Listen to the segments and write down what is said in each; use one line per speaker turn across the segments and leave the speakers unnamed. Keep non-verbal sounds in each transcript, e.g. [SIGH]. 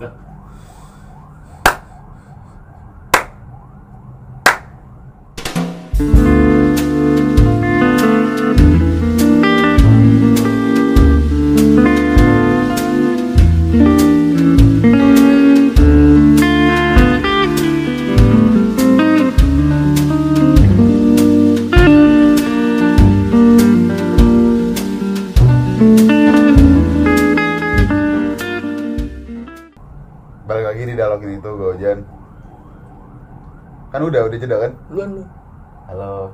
Dah.
Balik lagi di dialog ini tuh gue Jan. Kan udah udah jeda kan?
Duluan lu.
Halo.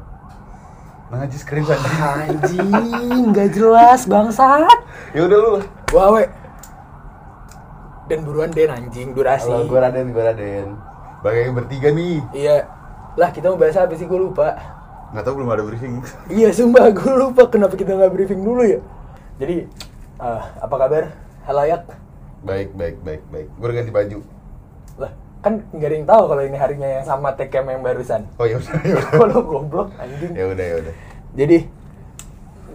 Najis keren banget.
Anjing, nggak jelas bangsat.
Ya udah lu lah.
Gua we. Dan buruan Den anjing durasi.
Halo, gue Raden, gue Raden.
Balik lagi bertiga nih.
Iya. Lah kita mau bahas apa sih gue lupa.
Nggak tahu belum ada briefing.
Iya sumpah [LAUGHS] gue lupa kenapa kita nggak briefing dulu ya. Jadi eh, apa kabar? Halayak.
Baik baik baik baik. Gue udah ganti baju.
Lah kan nggak ada yang tahu kalau ini harinya yang sama tekem yang barusan.
Oh ya udah [LAUGHS] ya udah.
Kalau goblok anjing.
Ya udah ya udah.
Jadi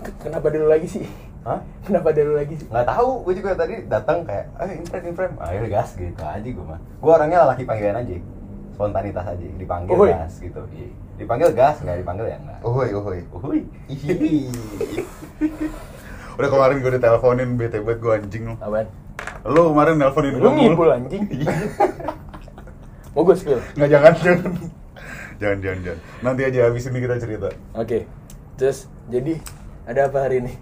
ke- kenapa dulu lagi sih? [LAUGHS]
Hah?
Kenapa dulu lagi sih?
Nggak tahu, gue juga tadi datang kayak, eh inframe, inframe. Akhir gas gitu aja gue mah. Gue orangnya laki panggilan aja. Spontanitas aja, dipanggil
Uhuy. Oh.
gas gitu. Iya. Dipanggil gas, nggak dipanggil ya enggak.
Ohoi ohoi.
Uhuy. [LAUGHS]
Ih. udah kemarin gue udah teleponin bete banget gue anjing lu.
Apaan?
Lu kemarin nelponin
Lu
gua
ngibul
mulu.
anjing. Mau gue spill?
Nggak jangan jangan. Jangan jangan jangan. Nanti aja habis ini kita cerita.
Oke, terus jadi ada apa hari ini?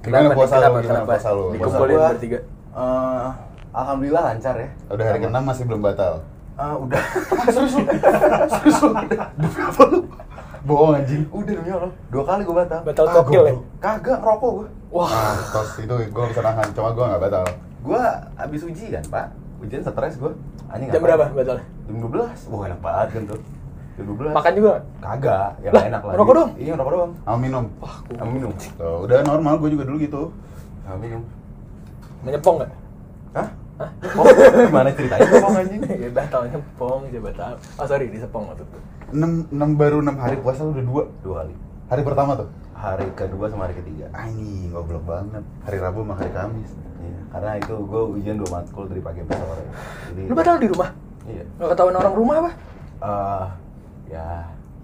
Gimana
nih?
puasa lu?
kenapa,
Gimana
kenapa?
puasa lu?
Dikumpulin
Puasa gua,
bertiga.
eh, Alhamdulillah lancar ya.
Udah hari ke-6 masih belum batal.
Eh, [LAUGHS] udah. Serius
[LAUGHS]
lu? Serius lu? Demi apa lu?
Bohong anjing.
Udah demi Allah. Dua kali gue batal.
Batal
Ah,
tokil ya?
goblok.
Kagak ngerokok gue.
Wah,
Ah, tos itu gue bisa nahan, cuma gue gak batal
Gue abis uji kan pak. Ujian stres gue. Anjing
jam
ngapain?
berapa batal?
Jam 12. Wah enak banget kan tuh. Jam 12.
Makan juga?
Kagak. Yang
Lah,
enak lagi.
ngerokok doang?
Iya ngerokok doang.
Sama minum
Sama minum.
Tuh, udah normal, gue juga dulu gitu
Sama minum.
Menyepong nggak?
Hah? Oh, gimana ceritanya kok anjing?
[LAUGHS] ya batal nyepong, ya batal. Oh sorry, disepong waktu itu.
6, baru 6 hari puasa lu udah dua
Dua kali.
Hari pertama tuh
Hari kedua sama hari ketiga.
Anjing, goblok banget Hari Rabu sama hari Kamis
Iya, karena itu gue ujian dua matkul dari pagi sampai sore. Jadi
Lu batal di rumah?
Iya.
Nggak ketahuan orang rumah apa?
Eh, ya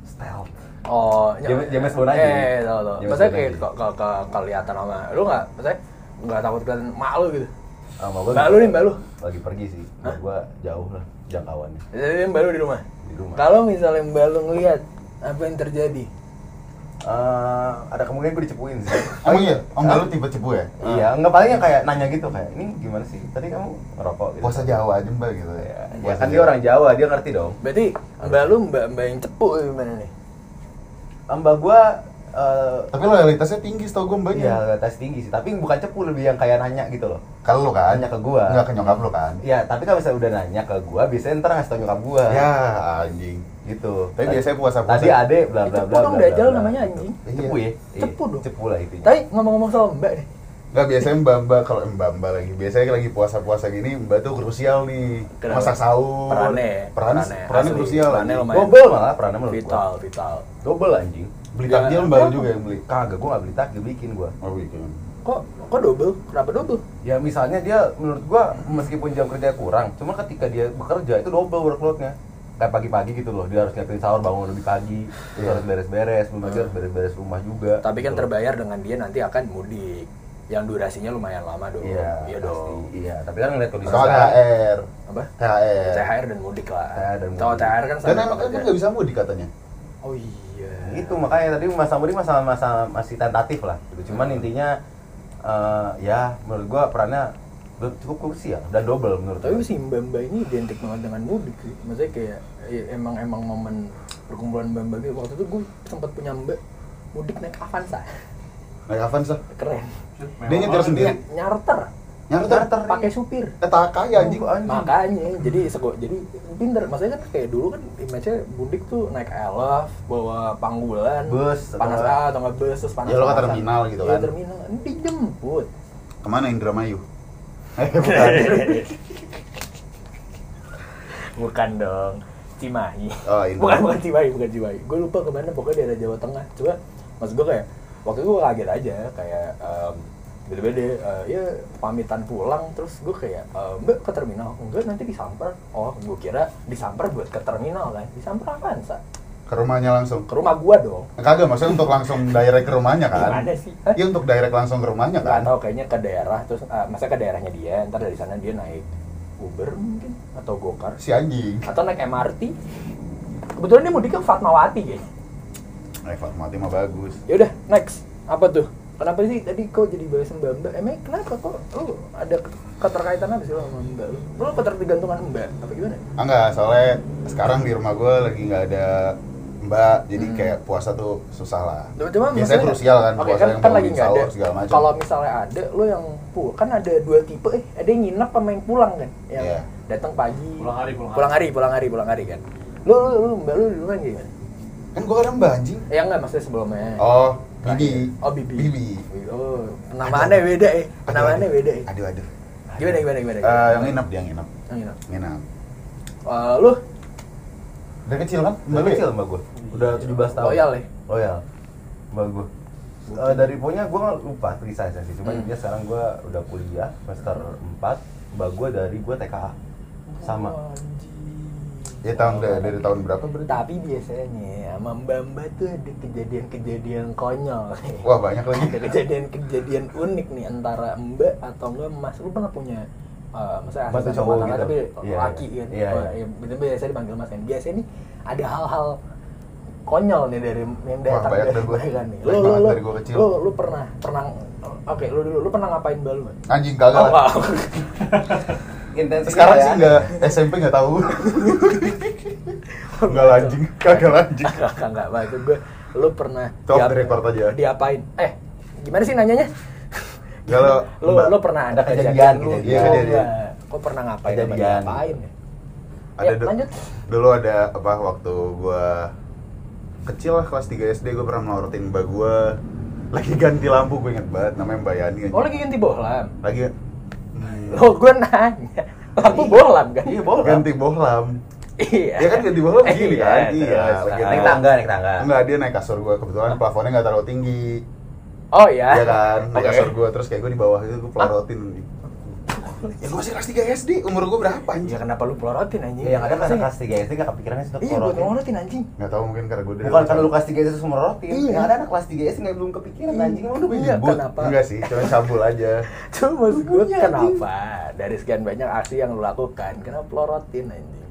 stealth.
Oh,
James- James Bond aja.
Eh, tau tau.
James
Maksudnya
Bond
kayak
aja.
ke, ke, ke, kelihatan sama lu nggak? Maksudnya nggak takut kelihatan mak lu gitu?
Sama
Mbak lu nih, mbak lu?
Lagi pergi sih. Mbak gua jauh lah jangkauannya
Jadi mbak lu di rumah.
di rumah.
Kalau misalnya mbak lu ngeliat apa yang terjadi?
Eh, ada kemungkinan gue dicepuin sih.
Emang iya? Om Galuh tipe cepu ya?
iya, enggak paling yang kayak nanya gitu kayak, "Ini gimana sih? Tadi kamu ngerokok gitu."
Puasa Jawa aja mbak gitu
Ya,
ya
ya kan dia orang Jawa, dia ngerti dong.
Berarti mbak lu mbak mbak yang cepu gimana nih?
Iya. Mbak gua eh
Tapi loyalitasnya tinggi setau gue mbaknya
ya tes tinggi sih, tapi bukan cepu lebih yang kayak nanya gitu loh.
Kalau lu kan?
Nanya ke gua.
Nggak ke nyokap lu kan?
Ya, tapi kalau misalnya udah nanya ke gua, biasanya ntar ngasih tau nyokap gua.
Ya anjing
Gitu.
Tapi biasanya puasa-puasa-
Tadi ade bla bla
Cepu
bla.
dong,
bla, bla,
Dajjal
bla,
namanya
gitu.
anjing.
Cepu ya? Iya,
Cepu dong.
Cepu lah intinya.
Tapi ngomong-ngomong soal mbak nih,
Nggak, biasanya mbak-mbak, kalau mbak-mbak lagi Biasanya lagi puasa-puasa gini, mbak tuh krusial nih
Kenapa?
Masak sahur
Perannya,
Perannya,
perannya,
perannya
asli.
krusial
Perannya
anjing.
lumayan.
Double malah perannya menurut gua.
vital, vital.
Double anjing.
Beli
Ya,
takjil mbak lu juga yang beli
Kagak gua nggak beli takjil bikin gua.
Oh bikin.
Kok kok double? Kenapa double?
Ya misalnya dia menurut gua meskipun jam kerja kurang, cuma ketika dia bekerja itu double workloadnya. Kayak pagi-pagi gitu loh, dia harus nyiapin sahur bangun lebih pagi, terus
Iya.
harus beres-beres, belum lagi harus beres-beres rumah juga.
Hmm. Tapi kan
gitu loh.
terbayar dengan dia nanti akan mudik yang durasinya lumayan lama dong.
Iya,
iya
pasti.
dong.
Iya, tapi kan ngeliat kondisi
Atau THR,
Apa?
THR.
THR dan mudik lah.
THR dan mudik.
Tahu THR kan
Dan
sama
emang kan
pekerja.
nggak bisa mudik katanya.
Oh iya.
itu gitu. makanya tadi masa mudik masa masa masih tentatif lah gitu. cuman
Hmm.
intinya eh, ya menurut gua perannya be- cukup krusial dan double menurut
Tapi
gua
sih mbak-mbak ini identik banget dengan mudik sih. Maksudnya kayak ya, emang emang momen perkumpulan mbak-mbak gitu. Waktu itu gue sempat punya mbak mudik naik Avanza.
Naik Avanza.
Keren.
Dia nyetir sendiri.
Ny- nyarter.
Nyarter.
Pakai supir.
Kata kaya anjing.
Makanya jadi sego jadi pinter. Maksudnya kan kayak dulu kan image-nya mudik tuh naik elf, bawa panggulan,
Bus,
panas
atau-
A atau nggak bus terus panas
Ya, lo ke
selatan.
terminal gitu
Iya,
kan.
terminal dijemput.
Kemana Indramayu? [LAUGHS] Eh bukan.
[LAUGHS] Bukan dong. Cimahi.
Oh, Indra.
bukan bukan Cimahi, bukan Cimahi. Gue lupa kemana, pokoknya daerah Jawa Tengah. Coba, maksud gue kayak waktu itu gue kaget aja kayak em, beda-beda eh, ya pamitan pulang terus gue kayak eh, mbak ke terminal enggak nanti disamper oh gue kira disamper buat ke terminal kan disamper apaan sa
Ke rumahnya langsung. Eh,
ke rumah gue dong
Kagak, maksudnya untuk langsung direct ke rumahnya kan?
Gimana sih? Eh? Hah?
Iya untuk direct langsung ke rumahnya
nggak
kan?
tahu kayaknya ke daerah terus eh, masa ke daerahnya dia ntar dari sana dia naik Uber mungkin atau Gokar
Si anjing.
atau naik MRT kebetulan dia mudik ke Fatmawati guys
Reva mati Eh, mah bagus.
ya udah next apa tuh kenapa sih tadi kau jadi bahas mbak mbak emang kenapa kok lu ada keterkaitan apa sih lo sama mbak lu lu ketergantungan mbak apa gimana
Ah enggak, soalnya sekarang di rumah gue lagi nggak ada mbak, jadi
Hmm.
kayak puasa tuh susah lah.
Cuma- cuma
Biasanya
maksudnya-
krusial kan,
Oke,
puasa
kan,
yang
kan
bangunin
lagi nggak ada.
sahur, segala macam.
Kalau misalnya ada, lo yang pulang kan ada dua tipe, eh ada yang nginep sama yang pulang kan, yang
Iya.
datang pagi,
Pulang hari, pulang
pulang hari, pulang hari, pulang hari kan. Lo lo lo mbak lo dulu kan gimana?
Kan gue ada mbak anjing.
Eh enggak maksudnya sebelumnya.
Oh,
Terakhir.
Bibi.
Oh Bibi.
Bibi.
Oh, namaannya beda eh,
Aduh,
namaannya
aduh.
beda eh.
Aduh aduh.
Gimana gimana gimana?
Eh, yang nginep dia nginep.
Yang nginep.
Nginep.
Eh, lo
Dari kecil kan? Mbak
Udah
lu ya?
kecil mbak gue, udah 17 tahun.
Loyal ya?
Loyal, mbak gue. Eh, dari punya gue nggak lupa precise sih, cuman
Hmm.
dia sekarang gue udah kuliah semester 4 Mbak gue dari gue TKA sama.
Oh, anjing.
Ya tahun dari, dari tahun berapa berarti?
Tapi biasanya sama Mbak Mbak tuh ada kejadian-kejadian konyol.
[LAUGHS] Wah, banyak lagi.
Ada kejadian-kejadian unik nih antara Mbak atau enggak Mas. Lu pernah punya eh maksudnya
Mas tuh
asisten
cowok
rumah
gitu.
tangga tapi
Iya,
laki
iya.
kan.
Iya,
Oh,
iya.
ya, bener biasanya dipanggil Mas kan. Biasanya nih ada hal-hal konyol nih dari yang
Wah,
datang
banyak
dari
dari gua.
Mbak kan nih.
Banyak banget dari gua kecil.
Lu lu pernah pernah Oke, lu dulu lu pernah ngapain Mbak lu? Mbak?
Anjing kagak
Oh,
lah.
wow.
Intensitas
Sekarang sih enggak SMP enggak tahu. Enggak lah, anjing, kagak lah,
[LAUGHS]
anjing.
Kagak enggak maksud gue lu pernah
Top
diap-
the record aja. ya?
Diapain? Eh, gimana sih nanyanya?
Enggak Ya lo.
[LAUGHS] Lu
Mbak.
lu pernah ada
Ada kejadian,
kejadian lu?
kejadian.
Iya,
Oh,
kejadian.
enggak. Kok pernah ngapain? apa
Kejadian.
Diapain ya?
ada
Ya,
du-
lanjut.
dulu ada apa waktu gua kecil lah kelas 3 SD gua pernah melorotin mbak gua lagi ganti lampu gua inget banget namanya Mbak Yani
Oh, lagi ganti Oh, bohlam.
lagi Iya.
Lo gue nanya. Lampu bohlam kan?
Iya, bohlam.
ganti bohlam
Iya.
Dia kan ganti bohlam begini kan? Iya,
terus.
lagi
Naik
tahu.
tangga, naik tangga.
enggak dia naik kasur gua kebetulan plafonnya nggak terlalu tinggi
Oh iya.
Iya kan naik
Oke.
kasur gua terus kayak gua di bawah itu gua pelorotin ya gua masih kelas 3 SD umur gua berapa
Ya
anjir
kenapa lu pelorotin anjing?
Iya, yang ada kan
Masa-
kelas tiga SD nggak kepikiran sih untuk
Iya, gue
melorotin.
pelorotin anjing.
nggak tahu mungkin karena gua dari
Bukan karena lu kelas tiga SD terus melorotin,
Iya.
yang ada anak kelas tiga SD nggak belum kepikiran anjing lu udah
Iya,
bibut.
kenapa?
enggak sih cuma cabul aja
Cuma maksud gue
Punya,
kenapa dari sekian banyak aksi yang lu lakukan, kenapa pelorotin anjing?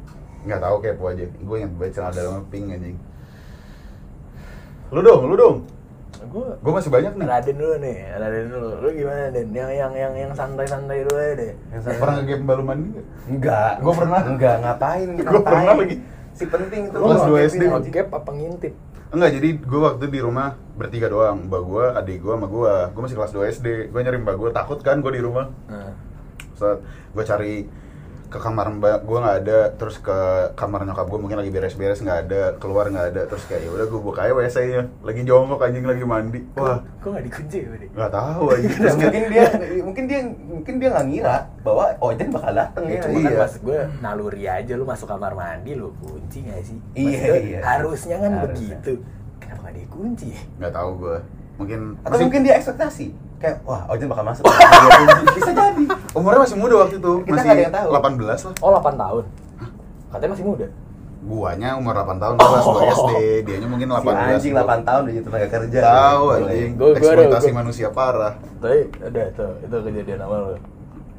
nggak tahu kepo aja gue yang baca celana dalamnya pink anjing lu dong lu dong
Gue
gue masih banyak nih
Raden dulu nih, Raden dulu. Lu gimana Den? Yang yang yang yang santai-santai dulu aja deh.
Yang saya-
pernah nge-game baluman gitu
Enggak.
Gua pernah.
Enggak ngapain?
Gua
ngapain.
pernah lagi.
Si penting itu.
Kelas
Lu
dua
ngintipin
SD.
anjing.
Ngegap apa ngintip?
enggak jadi gue waktu di rumah bertiga doang mbak gue adik gue sama gue gue masih kelas 2 SD gue nyari mbak gue takut kan gue di rumah
Nah.
saat gue cari ke kamar mbak gue nggak ada terus ke kamar nyokap gue mungkin lagi beres-beres nggak ada keluar nggak ada terus kayak "Ya udah gue buka aja WC nya lagi jongkok anjing lagi mandi wah
Kok nggak dikunci ya, Budi?
nggak tahu anjing
Ya,
terus kayak-
mungkin dia mungkin dia mungkin dia nggak ngira bahwa Ojen bakal dateng ya.
Ya, cuma kan
iya.
maksud gue naluri aja lu masuk kamar mandi lu kunci gak sih? Maksud
Iya,
gue,
iya.
Harusnya kan
Harusnya.
begitu. Kenapa gak dikunci? ya?
nggak tahu gue mungkin
Atau
masih-
mungkin dia ekspektasi kayak wah Ojen bakal masuk. Bisa jadi.
Umurnya masih muda waktu itu,
Kita
masih
nggak ada yang tahu.
18 lah.
Oh 8 tahun. Katanya masih muda.
Guanya umur 8 tahun, kelas
Oh.
2 SD, dianya mungkin 18.
Si anjing 8 tahun udah jadi tenaga kerja.
Tahu
Gila.
anjing,
Gua- gua-
eksploitasi
gua-
manusia parah.
Tapi ada tuh, itu kejadian awal lu.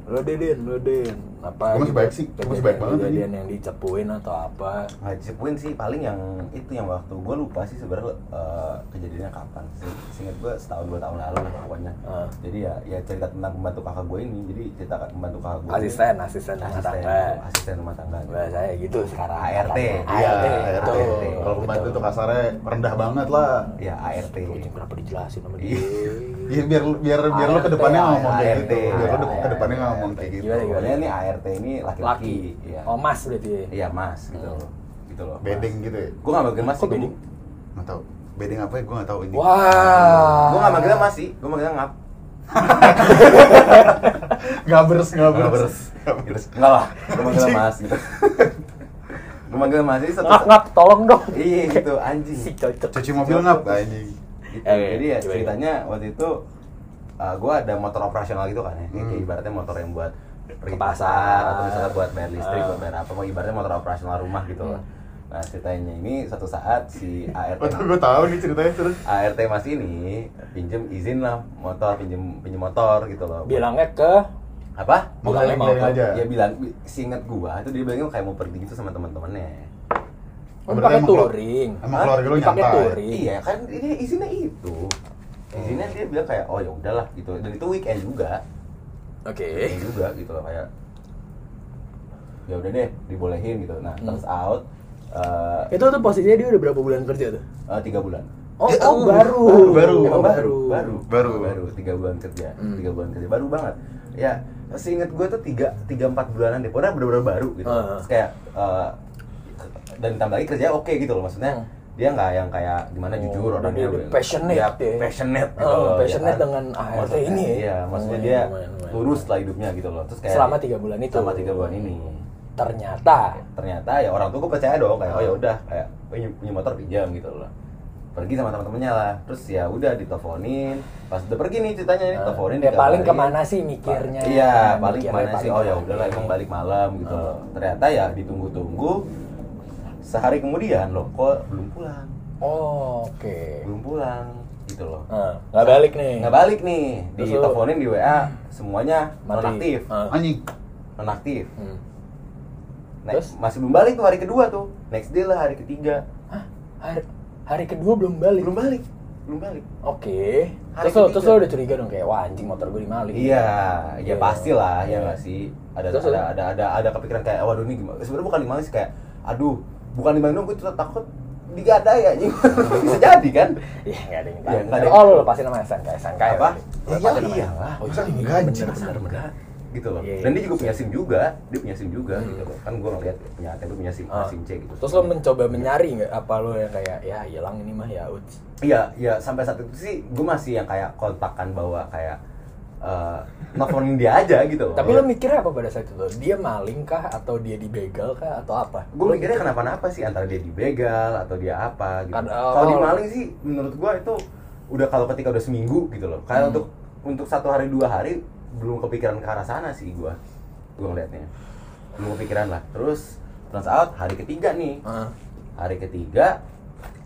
Lu Deden, lu Den. Apa?
Gua masih
gitu,
baik sih, gua masih baik
kejadian-
banget anjing.
Kejadian yang dicepuin atau apa?
Ngajepuin sih paling yang itu yang waktu gue lupa sih sebenarnya eh, kejadiannya kapan. Se- Seingat gue setahun dua tahun lalu lah pokoknya.
Ah.
Jadi ya ya cerita tentang pembantu kakak gue ini. Jadi cerita pembantu kakak gue. ini-
Asisten, asisten rumah
asisten, Ah,
tangga.
asisten rumah tangga.
Bahasanya gitu sekarang.
ART.
Iya,
ART.
ART.
betul.
Kalau pembantu tuh kasarnya rendah banget lah.
Ya ART.
Kucing kenapa dijelasin sama dia?
Iya.
Iya, biar biar biar lu
ART,
ke depannya nggak ngomong kayak
ART,
gitu. Biar lu
ART.
ke depannya nggak ngomong kayak gitu.
Gimana, gimana?
Pokoknya ini ART ini
Laki.
laki-laki. Iya.
Oh, mas berarti.
Iya mas gitu loh. Gitu loh.
Beding gitu ya.
Gue gak manggil mas sih.
Kok beding?
Enggak tahu. Beding apa ya gua enggak tahu ini.
Wah.
Gue gak manggilnya mas sih. Gue manggilnya ngap.
Gabers, gabers.
Ngabers. Gitu. Enggak lah. Gue manggilnya mas gitu.
[LAUGHS]
Gue manggilnya mas sih satu.
Ngap ngap tolong dong.
Iya gitu anjing.
Si cocok.
Cuci mobil ngap anjing.
Gitu.
Oke,
Jadi ya
gimana?
ceritanya waktu itu eh, gue ada motor operasional gitu kan ya Kayak- kayak ibaratnya motor yang buat ke pasar Ah. atau misalnya buat bayar listrik buat bayar apa mau ibaratnya motor operasional rumah gitu lah nah ceritanya ini satu saat si ART
Waktu gue tahu nih ceritanya terus.
ART Mas ini pinjem izin lah motor pinjem pinjem motor gitu loh
bilangnya ke
apa
Bukan
Bilangnya mau
bilangin
ke-
aja.
dia bilang bi- seingat gua itu dia bilangnya kayak mau pergi gitu sama teman-temannya
Oh,
Berarti
pakai
emang kelu-
touring.
Emang
Hah?
keluarga lu
Dipakai
nyantai.
touring. Iya.
iya kan ini izinnya itu izinnya dia bilang kayak oh ya udahlah gitu dan itu weekend juga
Oke.
weekend juga gitu loh kayak ya udah deh dibolehin gitu nah turns out eh,
Itu tuh posisinya dia udah berapa bulan kerja tuh?
eh, tiga bulan
Oh,
Ya,
oh,
oh,
baru.
baru,
Emang
Oh,
baru,
baru.
baru,
Baru.
baru, tiga bulan kerja,
Hmm.
tiga bulan kerja, baru banget. Ya, seingat gue tuh tiga, tiga empat bulanan deh, pokoknya bener-bener baru gitu.
Ah.
Terus kayak eh, dan tambah lagi kerja oke gitu loh, maksudnya
Hmm.
dia nggak yang kayak gimana
Oh,
jujur
udah
orangnya,
dia- dia
Bel.
passionate
Iya,
dia.
passionate, gitu
Oh,
loh, ya
passionate
kan?
dengan ART
Maksudnya-
ini ya.
Iya, maksudnya
Lumayan,
dia
lumayan, lumayan.
lurus lah hidupnya gitu loh. Terus kayak
Eh, Selama tiga bulan itu. Hmm.
selama tiga bulan ini
Ternyata
ternyata ya orang tua gue percaya dong kayak oh ya udah kayak punya, punya motor pinjam gitu loh pergi sama teman-temannya lah terus ya udah diteleponin pas udah pergi nih ceritanya nih
Ah.
Eh, teleponin
Ya, paling
dikabarin.
kemana sih mikirnya?
iya
Mikirnya
paling kemana
paling
sih oh ya
kemana.
udahlah emang balik malam gitu
Ah.
loh ternyata ya ditunggu-tunggu sehari kemudian loh kok belum pulang
oh, oke.
belum pulang gitu loh
Nah, nggak balik nih.
nggak balik nih
Terus lu-
diteleponin di WA semuanya
Mati.
nonaktif
Ah.
Anjing.
nonaktif
Hmm.
Nah,
Terus?
masih belum balik tuh hari kedua tuh next day lah hari ketiga
Hah? Hari, hari kedua belum balik.
belum balik belum balik
Oke.
Hari
Terus lo,
ketiga.
terus lo udah curiga dong kayak wah anjing motor gue dimalik.
Iya, ya
Iya.
pasti lah, ya
Iya.
nggak sih. Ada
Terus,
ada,
terus?
ada ada ada kepikiran kayak waduh ini gimana? Sebenarnya bukan dimana sih kayak aduh, bukan dimana gue tuh takut digadai ya [LAUGHS] bisa jadi kan?
[LAUGHS] Iya, enggak ada yang
Iya, nggak ada
tahu.
yang
Oh,
tahu.
lo pasti nama SNK, SNK ya.
Apa? Iya,
berarti. Pasti namanya.
iyalah.
Oh,
Masa
iya, iya,
enggak, anjing?
bener,
Bener
bener, bener.
bener gitu loh.
Iya, iya.
Dan dia juga punya SIM juga, dia punya SIM juga
Hmm.
gitu loh. Kan gue ngeliat punya ATM punya SIM, A,
Ah.
SIM C gitu.
Terus lo mencoba mencari nggak apa lo yang kayak ya hilang ini mah ya uts.
Iya, iya sampai saat itu sih gue masih yang kayak kontakkan bahwa kayak eh nelfonin dia aja gitu loh.
Tapi lo mikirnya apa pada saat itu? Lo? Dia maling kah atau dia dibegal kah atau apa?
gue mikirnya kenapa-napa sih antara dia dibegal atau dia apa gitu.
Kan,
Kalau
oh.
dimaling sih menurut gue itu udah kalau ketika udah seminggu gitu loh. Kayak
Hmm.
untuk untuk satu hari dua hari belum kepikiran ke arah sana sih gue. Gue ngeliatnya belum kepikiran lah. Terus turns out hari ketiga nih.
Ah.
Hari ketiga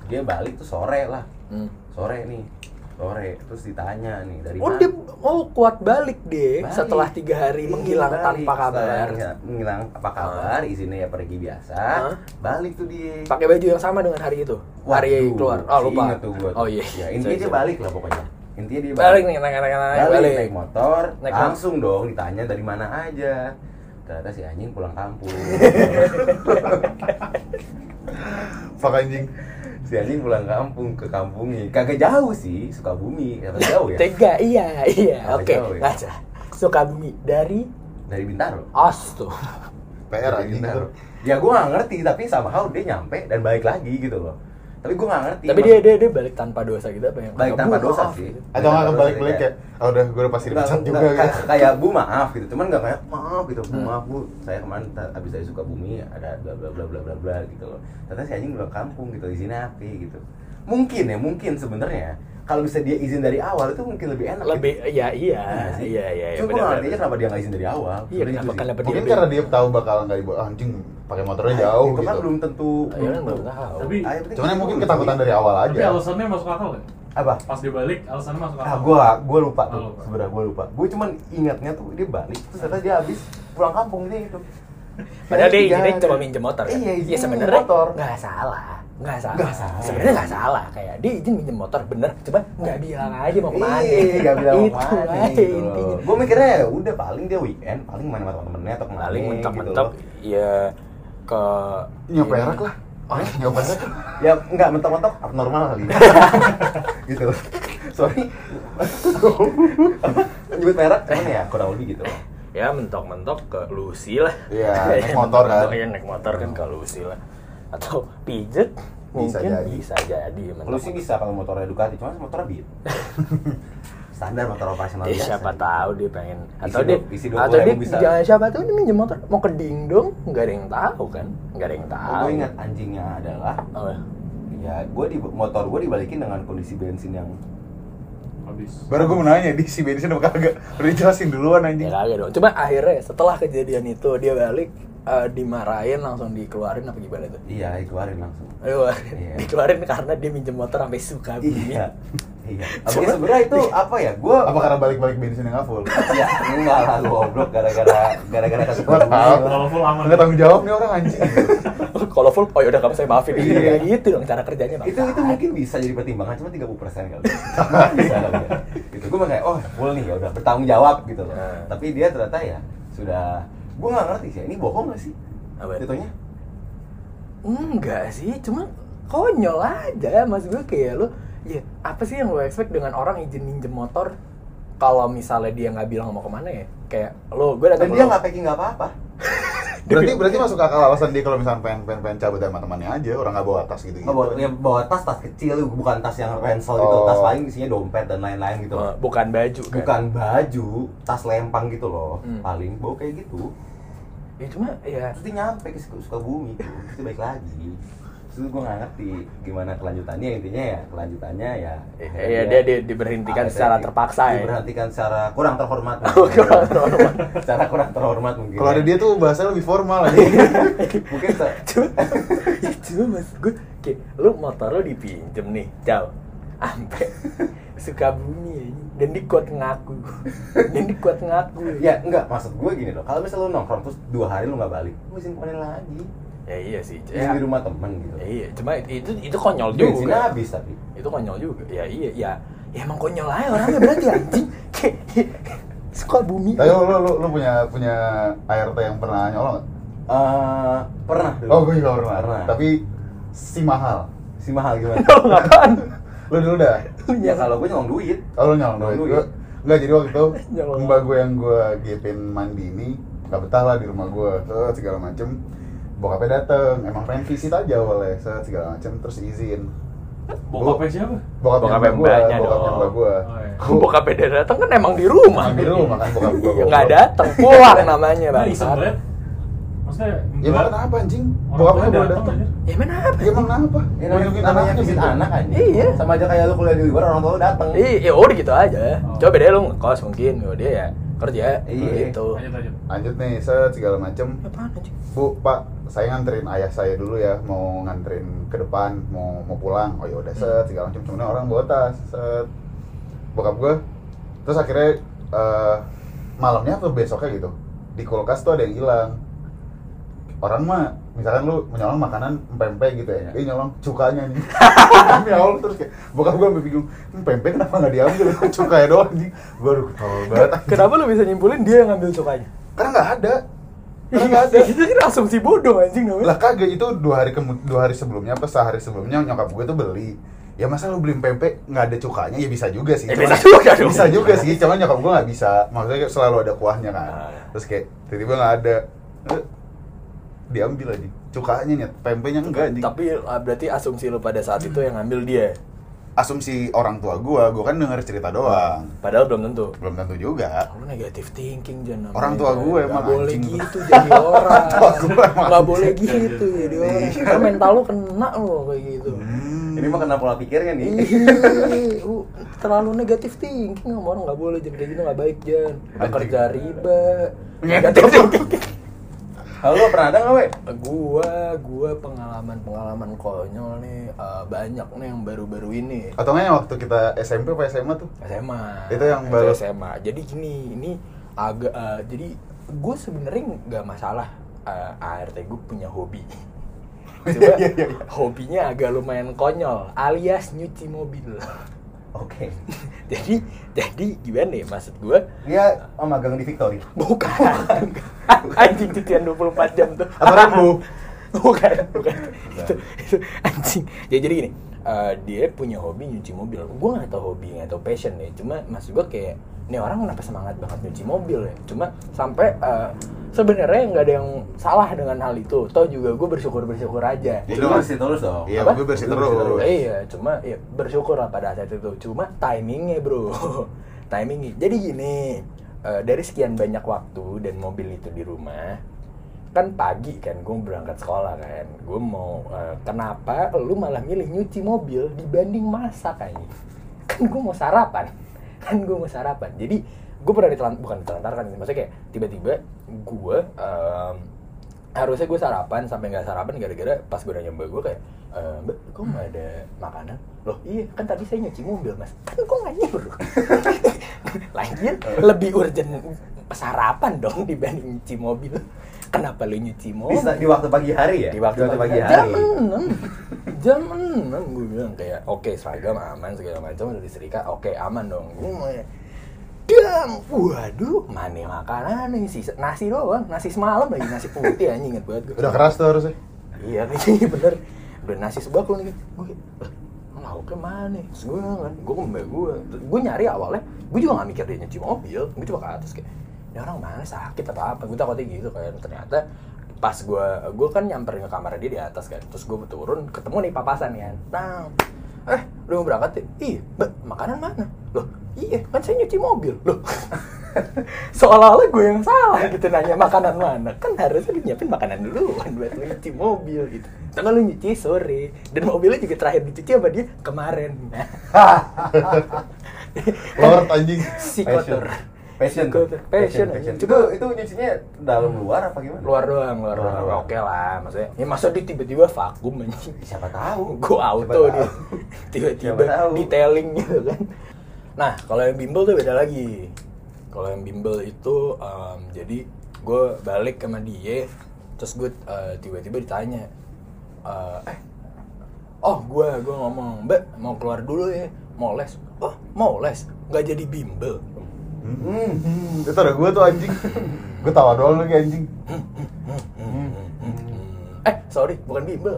dia balik tuh sore lah.
Hmm.
Sore nih. Sore terus ditanya nih dari
Oh
mana?
dia oh kuat balik deh
Balik.
setelah tiga hari
Iya,
menghilang
balik.
tanpa
Setelah
kabar. Ah.
menghilang- Menghilang apa kabar? Izinnya ya pergi biasa.
Hah?
Balik tuh dia.
Pakai baju yang sama dengan hari itu. hari
Waduh,
keluar. Oh lupa.
Ingat tuh gua tuh.
Oh iya.
Ya, intinya dia balik lah pokoknya. Intinya dia
Balik nih, naik naik naik
Balik,
balik.
naik motor,
Naik
langsung dong ditanya dari mana aja. Ternyata si anjing pulang kampung.
[LAUGHS]
Fuck anjing.
si anjing pulang kampung ke kampungnya. Kagak jauh sih, Sukabumi. Kagak jauh ya.
Tega iya iya.
Apa
Oke
jauh ya?
ngaca. Sukabumi dari
Dari Bintaro.
Astu.
PR
Dari
anjing.
Bintaro. Ya gue gak ngerti, tapi somehow dia nyampe dan balik lagi gitu loh. Tapi gue gak ngerti.
Tapi dia dia dia balik tanpa dosa gitu apa yang
Iya, balik tanpa dosa
Maaf.
sih.
Atau nggak kebalik-balik kayak, ah udah gue udah pasti
Iya, Nggak,
dipecat juga
nggak,
gitu. Hmm.
kayak- kayak bu maaf gitu cuman nggak kayak maaf gitu bu maaf bu saya kemarin ta- abis dari Sukabumi ada bla bla bla bla bla bla gitu loh ternyata si anjing pulang kampung gitu izinnya apa gitu mungkin ya mungkin sebenarnya kalau bisa dia izin dari awal itu mungkin lebih enak
Lebih
gitu.
ya iya
Iya nggak sih?
iya iya. iya,
Cuma gue
benar,
nggak ngerti aja
benar.
kenapa dia nggak izin dari awal
Iya,
Sebenarnya itu
kenapa
sih.
kenapa
Mungkin
dia
karena dia tahu bakal nggak dibawa, ah, anjing pakai motornya jauh
itu kan
gitu.
belum tentu
Iya kan belum tahu.
Tapi
Ah, yang penting
Cuman yang mungkin
dulu.
ketakutan dari awal
Tapi
aja.
alasannya masuk akal nggak?
apa
Pas dia balik, alasannya masuk akal.
ah gue gue lupa tuh
Ah, lupa.
sebenarnya gue lupa gue cuman ingatnya tuh dia balik terus ternyata dia habis pulang kampung dia gitu
Padahal dia
Tiga
izinnya
hari.
cuma minjem motor kan?
iya izinnya
ya,
minjem
sebenarnya
motor
nggak salah nggak salah,
Nggak salah.
sebenarnya nggak salah kayak dia izin minjem motor bener cuma nggak bilang aja mau kemana
Iya, gak bilang mau kemana
itu aja
gitu
intinya
Gue mikirnya ya udah paling dia weekend, paling main sama temen-temennya atau kemana
paling
gitu
mentok-mentok
loh.
ya ke iya.
Ya perak lah. Ah,
Eh,
ya perak.
Ya enggak mentok-mentok abnormal
[LAUGHS]
kali. gitu. Sorry. Apa? Nyebut merek cuman ya kurang lebih gitu.
ya mentok-mentok ke Lucy lah [LAUGHS]
Iya, naik motor kan.
Mentok-mentok, ya naik motor kan ke Lucy lah atau pijet
Bisa
mungkin
jadi.
bisa jadi
Lu sih bisa kalau motornya Ducati, cuman motornya
[LAUGHS]
Beat. Standar motor operasional
Ya,
biasa.
siapa tahu dia pengen
Iya. Isi
atau dia
dua- isi dua
atau
puluh
dia
ribu bisa.
jangan siapa tahu dia minjem motor mau ke dingdong nggak ada yang tahu kan nggak ada yang tahu
gue Oh, ingat anjingnya adalah
Oh, ya.
ya gue di motor gue dibalikin dengan kondisi bensin yang
Habis. habis.
Baru gue mau nanya, di si bensin apa kagak? Udah dijelasin duluan anjing.
Ya
Iya.
kagak dong. Cuma akhirnya setelah kejadian itu dia balik eh, dimarahin langsung dikeluarin apa gimana tuh?
Iya, dikeluarin langsung.
Dikeluarin.
Iya.
Dikeluarin karena dia minjem motor sampai suka
Iya. Iya. Apalagi sebenarnya itu apa ya? Gue
Apa karena balik-balik bensin yang nggak full?
ya enggak lah goblok gara-gara gara-gara kasus
Gua tahu.
pandemi lah.
Kalau full aman.
Nggak tanggung jawab nih orang
[LAUGHS]
anjing.
[LAUGHS] Kalau full, oh yaudah kamu saya maafin.
Iya.
Iya. gitu dong cara kerjanya. Bang.
itu itu mungkin bisa jadi pertimbangan cuma 30 persen kali Mungkin bisa kali ya. gitu gue kayak oh full nih ya udah bertanggung jawab gitu loh
Nah.
tapi dia ternyata ya sudah gue nggak ngerti sih ini bohong gak sih
Apa?
jatuhnya
Enggak sih, cuma konyol aja mas gue kayak lu ya apa sih yang lo expect dengan orang izin minjem motor kalau misalnya dia nggak bilang mau kemana ya kayak lo
dan
gue datang
dia
[LAUGHS]
nggak packing nggak apa-apa
Berarti berarti masuk akal alasan dia kalau misalnya pengen pengen, pengen cabut sama temannya aja, orang nggak bawa tas gitu.
nggak Oh, bawa, iya. dia bawa tas tas kecil bukan tas yang ransel gitu
Oh.
tas paling isinya dompet dan lain-lain gitu loh.
bukan baju kan?
bukan baju tas lempang gitu loh
Hmm.
paling bawa kayak gitu
ya cuma ya
terus dia nyampe ke Suka- Sukabumi tuh terus dia balik lagi terus gue nggak ngerti gimana kelanjutannya intinya ya kelanjutannya ya
Iya,
akhirnya
iya, dia di- diberhentikan
akhirnya
secara
di-
terpaksa ya.
diberhentikan secara kurang terhormat
Oh, kurang terhormat.
[LAUGHS] secara kurang terhormat mungkin
Kalau ada
ya.
dia tuh bahasanya lebih formal
Iya.
aja.
mungkin se-
[LAUGHS] cuma ya cuma mas gue kayak lu motor lu dipinjem nih jauh ampe [LAUGHS] Sukabumi ya dan di kuat ngaku
[LAUGHS]
dan di kuat ngaku
ya enggak maksud gue gini loh kalau misalnya lu nongkrong terus dua hari lu nggak balik lu mesti kemana lagi
ya iya sih
ya.
ya,
di rumah temen gitu
ya iya cuma itu itu konyol
bensinnya
juga
habis tapi
itu konyol juga ya iya ya ya emang konyol aja orangnya berarti anjing [LAUGHS] kayak Sukabumi
[LAUGHS]
[LAUGHS]
Tapi lu, lu, lu, lu punya punya ART yang pernah nyolong nggak?
Eh, pernah dulu.
Oh, gue juga pernah.
pernah tapi
Tapi si mahal.
si mahal
[LAUGHS]
gimana
Lu ngapain Iya,
Lu dulu dah.
ya
Lu nyolong.
kalau gue nyolong duit
Oh, lu nyolong
Nyolong
duit.
duit.
Gua- Enggak, jadi waktu
[LAUGHS]
itu
Nyolong.
mbak gue yang gue gepin mandi ini nggak betah lah di rumah gue. Set, segala macem. Bokapnya dateng, emang pengen visit aja awalnya. Set, segala macem, terus izin.
Bokapnya siapa?
Bokapnya
Bokapnya
mbak gue,
mbaknya
bokapnya
dong.
mbak gue.
Oh, iya.
Bokapnya dia datang kan emang di rumah.
Di rumah kan bokap gua.
Iya nggak datang, pulang namanya
Nah,
bang.
iseng banget. Maksudnya
Ya
mbak-
emang kenapa anjing?
orang
Bokapnya
tuanya
gue
datang,
dateng.
anjir.
Ya emang apa?
Ya emang
Ya,
kenapa?
namanya,
Nunjukin
namanya
anaknya
visit
gitu.
anak aja.
Iya.
Sama aja kayak lu kuliah di luar orang tua lu dateng.
Iya, ya udah gitu aja.
Oh.
Coba bedanya lu ngekos mungkin, kalau dia ya kerja
Iya.
gitu.
Lanjut lanjut.
Lanjut nih, set, segala macem.
Apaan anjing?
Bu, Pak, saya nganterin ayah saya dulu ya, mau nganterin ke depan, mau mau pulang. Oh ya udah set segala macam. Cuman orang bawa tas, set. Bokap gue. Terus akhirnya eh, malamnya atau besoknya gitu, di kulkas tuh ada yang hilang. Orang mah misalkan lu menyolong makanan pempek gitu
Iya.
ya, dia nyolong cukanya nih. Demi Allah terus kayak bokap gue sampai bingung, "Hmm, pempek kenapa nggak diambil? cukanya doang anjing. Baru ketawa banget. anjing.
Kenapa lu bisa nyimpulin dia yang ngambil cukanya?
Karena nggak ada. Karena nggak ada
Itu kan asumsi bodoh anjing namanya.
lah kagak itu dua hari kemu- dua hari sebelumnya apa sehari sebelumnya nyokap gue tuh beli ya masa lu beli pempek nggak ada cukanya ya bisa juga sih
Ya,
Cuman-
bisa juga dong.
bisa juga sih cuman nyokap gue nggak bisa maksudnya selalu ada kuahnya kan
Ah.
terus kayak tiba-tiba nggak ada Eh, diambil aja cukanya nih pempeknya enggak anjing
Tapi ah, berarti asumsi lu pada saat itu yang ngambil dia.
asumsi orang tua gue gue kan denger cerita doang
Padahal belum tentu. Ah,
belum tentu juga
Lu negatif thinking jangan namanya.
Orang tua gue
Nggak
emang
boleh
anjing.
gitu jadi orang.
[LAUGHS] Orang tua gue emang
Nggak boleh
anjing. Iya.
gitu jadi orang. Karena mental lu kena lo kayak gitu.
Hmm.
Ini
kan,
mah kena pola pikirnya nih.
Iya.
[LAUGHS]
Ih, lu terlalu negatif thinking sama orang nggak boleh jadi kayak gitu nggak baik Jan udah
Anjing.
kerja riba negatif thinking
Halo, pernah ada nggak, we?
Nah, gua gua pengalaman pengalaman konyol nih eh, banyak nih yang baru-baru ini
atau nggak yang waktu kita SMP apa SMA tuh
SMA
Itu yang baru-
SMA jadi gini ini agak eh, jadi gue sebenarnya nggak masalah eh, ART gue
[LAUGHS]
punya hobi Coba
Iya, iya, iya.
hobinya agak lumayan konyol alias nyuci mobil [LAUGHS]
Oke.
jadi jadi gimana ya maksud gue
Dia oh, magang di Victory.
bukan [LAUGHS] anjing cucian 24 jam tuh [LAUGHS]
Atau rembu?
bukan bukan itu, itu anjing ya jadi gini eh, dia punya hobi nyuci mobil gue nggak tahu hobi nggak tahu passion ya cuma maksud gue kayak nih orang kenapa semangat banget nyuci mobil ya cuma sampai eh, sebenarnya nggak ada yang salah dengan hal itu toh juga gue bersyukur bersyukur aja
Jadi
Itu
lu
kan-
masih terus dong.
Iya,
Apa?
gue bersih
Gua bersih
terus.
terus.
Iya, cuma ya, bersyukur lah pada saat itu. Cuma timingnya bro, [LAUGHS] timingnya. Jadi gini, eh, dari sekian banyak waktu dan mobil itu di rumah, kan pagi kan gue berangkat sekolah kan, gue mau eh, [LAUGHS] kenapa lu malah milih nyuci mobil dibanding masak kayaknya? Kan gue mau sarapan. [LAUGHS] kan gue mau sarapan jadi gue pernah ditelan bukan ditelantarkan sih maksudnya kayak tiba-tiba gue em, harusnya gue sarapan sampai nggak sarapan gara-gara pas gue nanya mbak gue kayak e, mbak kok nggak ada makanan loh iya kan tadi saya nyuci mobil mas kan kok nggak [LAUGHS] nyuruh lagian lebih urgent sarapan dong dibanding nyuci mobil kenapa lu nyuci
di,
mobil
sa- di waktu pagi hari ya
Oh. di waktu
pagi,
jam
hari
6 jam 6 gue bilang kayak oke seragam aman segala macam udah diserika oke aman dong gue mau ya. Dang, waduh, mana makanan nih sisa nasi doang, nasi semalam lagi nasi putih anjing inget banget gue.
Udah keras tuh harusnya.
Iya [LAUGHS] nih bener Udah nasi sebak lu nih Gue lauknya mana Terus gue kan Gue ke mbak gue Terus Gue nyari awalnya Gue juga gak mikir dia nyuci mobil Gue coba ke atas kayak Ini orang mana sakit atau apa Gue takutnya gitu kan Ternyata pas gue Gue kan nyamperin ke kamar dia di atas kan Terus gue turun Ketemu nih papasan kan Tang Eh udah mau berangkat ya? Iya Mbak makanan mana? Loh iya kan saya nyuci mobil Loh [LAUGHS] seolah-olah gue yang salah gitu nanya makanan mana kan harusnya lu nyiapin makanan duluan buat lu nyuci mobil gitu tapi lu nyuci sore dan mobilnya juga terakhir dicuci sama dia kemarin nah, [LAUGHS]
Lord anjing.
si
Passion.
kotor
passion tuh.
Passion, passion.
itu itu nyucinya dalam luar apa gimana
luar doang luar
Luar
doang
doang.
oke lah maksudnya ya masa dia tiba-tiba vakum anjing
siapa tahu
gue
Siapa
auto dia
[LAUGHS] tahu.
tiba-tiba
Siapa tahu.
detailing gitu kan nah kalau yang bimbel tuh beda lagi kalau yang bimbel itu em, jadi gue balik sama dia terus gue eh, tiba-tiba ditanya eh, eh oh gue gue ngomong mbak mau keluar dulu ya mau les oh mau les nggak jadi bimbel
Hmm.
Hmm, itu ada gue tuh anjing. Gue tawa doang lagi anjing.
eh sorry bukan bimbel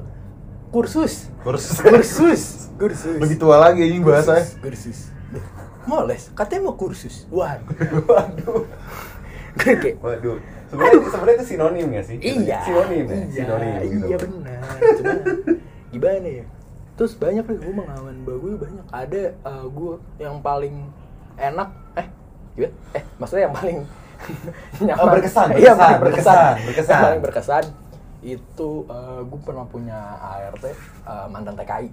kursus
Kursus.
kursus kursus
Lebih tua lagi anjing ya. bahasanya.
Kursus, kursus. Lah, Mau les, katanya mau kursus. Waduh. Waduh. Gue kayak,
waduh sebenarnya sebenarnya itu sinonim ya sih
iya.
sinonim ya
iya,
sinonim gitu
Iya benar. Cuma gimana ya? Terus banyak nih gue mengawan mbak gue banyak. Ada eh, gue yang paling enak eh gimana? Eh maksudnya yang
[LAUGHS]
paling nyaman.
Oh, berkesan, berkesan,
Iya, paling berkesan,
berkesan, berkesan.
Yang paling berkesan itu eh, gue pernah punya ART eh, mantan TKI.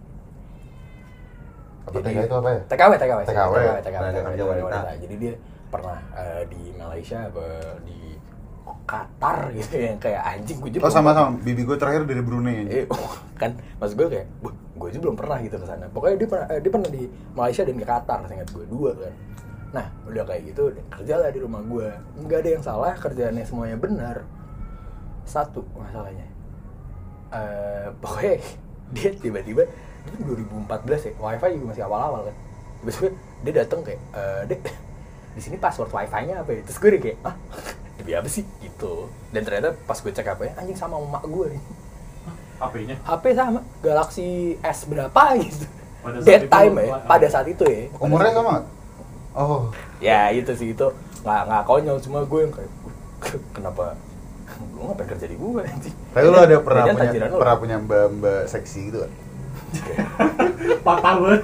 Apa TK itu apa ya?
TKW, TKW. sorry.
TKW,
TKW, TKW,
tenaga kerja wanita.
Jadi dia pernah eh, di Malaysia, apa, di Qatar gitu ya, kayak anjing gue juga.
Oh sama-sama, bibi gue terakhir dari Brunei anjing.
Eh, [LAUGHS] oh, kan, mas gue kayak, "Wah, gue aja belum pernah gitu ke sana. Pokoknya dia pernah, eh, dia pernah di Malaysia dan di Qatar, seingat gue dua kan. Nah, udah kayak gitu, kerjalah di rumah gue. Nggak ada yang salah, kerjaannya semuanya benar. Satu masalahnya, eh pokoknya [LAUGHS] dia tiba-tiba itu 2014 ya wifi juga masih awal-awal kan tiba-tiba dia datang kayak eh dek [LAUGHS] di sini password wifi-nya apa ya terus gue udah kayak ah [LAUGHS] demi apa sih gitu dan ternyata pas gue cek apa ya anjing sama emak gue
HP-nya.
HP sama Galaxy S berapa gitu
Pada saat
that
itu,
time ya
ah.
pada saat itu ya Pada
Umurnya
saat
sama? nggak? Oh,
ya itu sih itu nggak nggak konyol cuma gue yang kayak [LAUGHS] kenapa lu ngapain kerja di gue anjing
tapi lu ada pernah
Jajan
punya
tajiran lu.
pernah punya mbak-mbak seksi gitu kan?
[LAUGHS] Patah banget.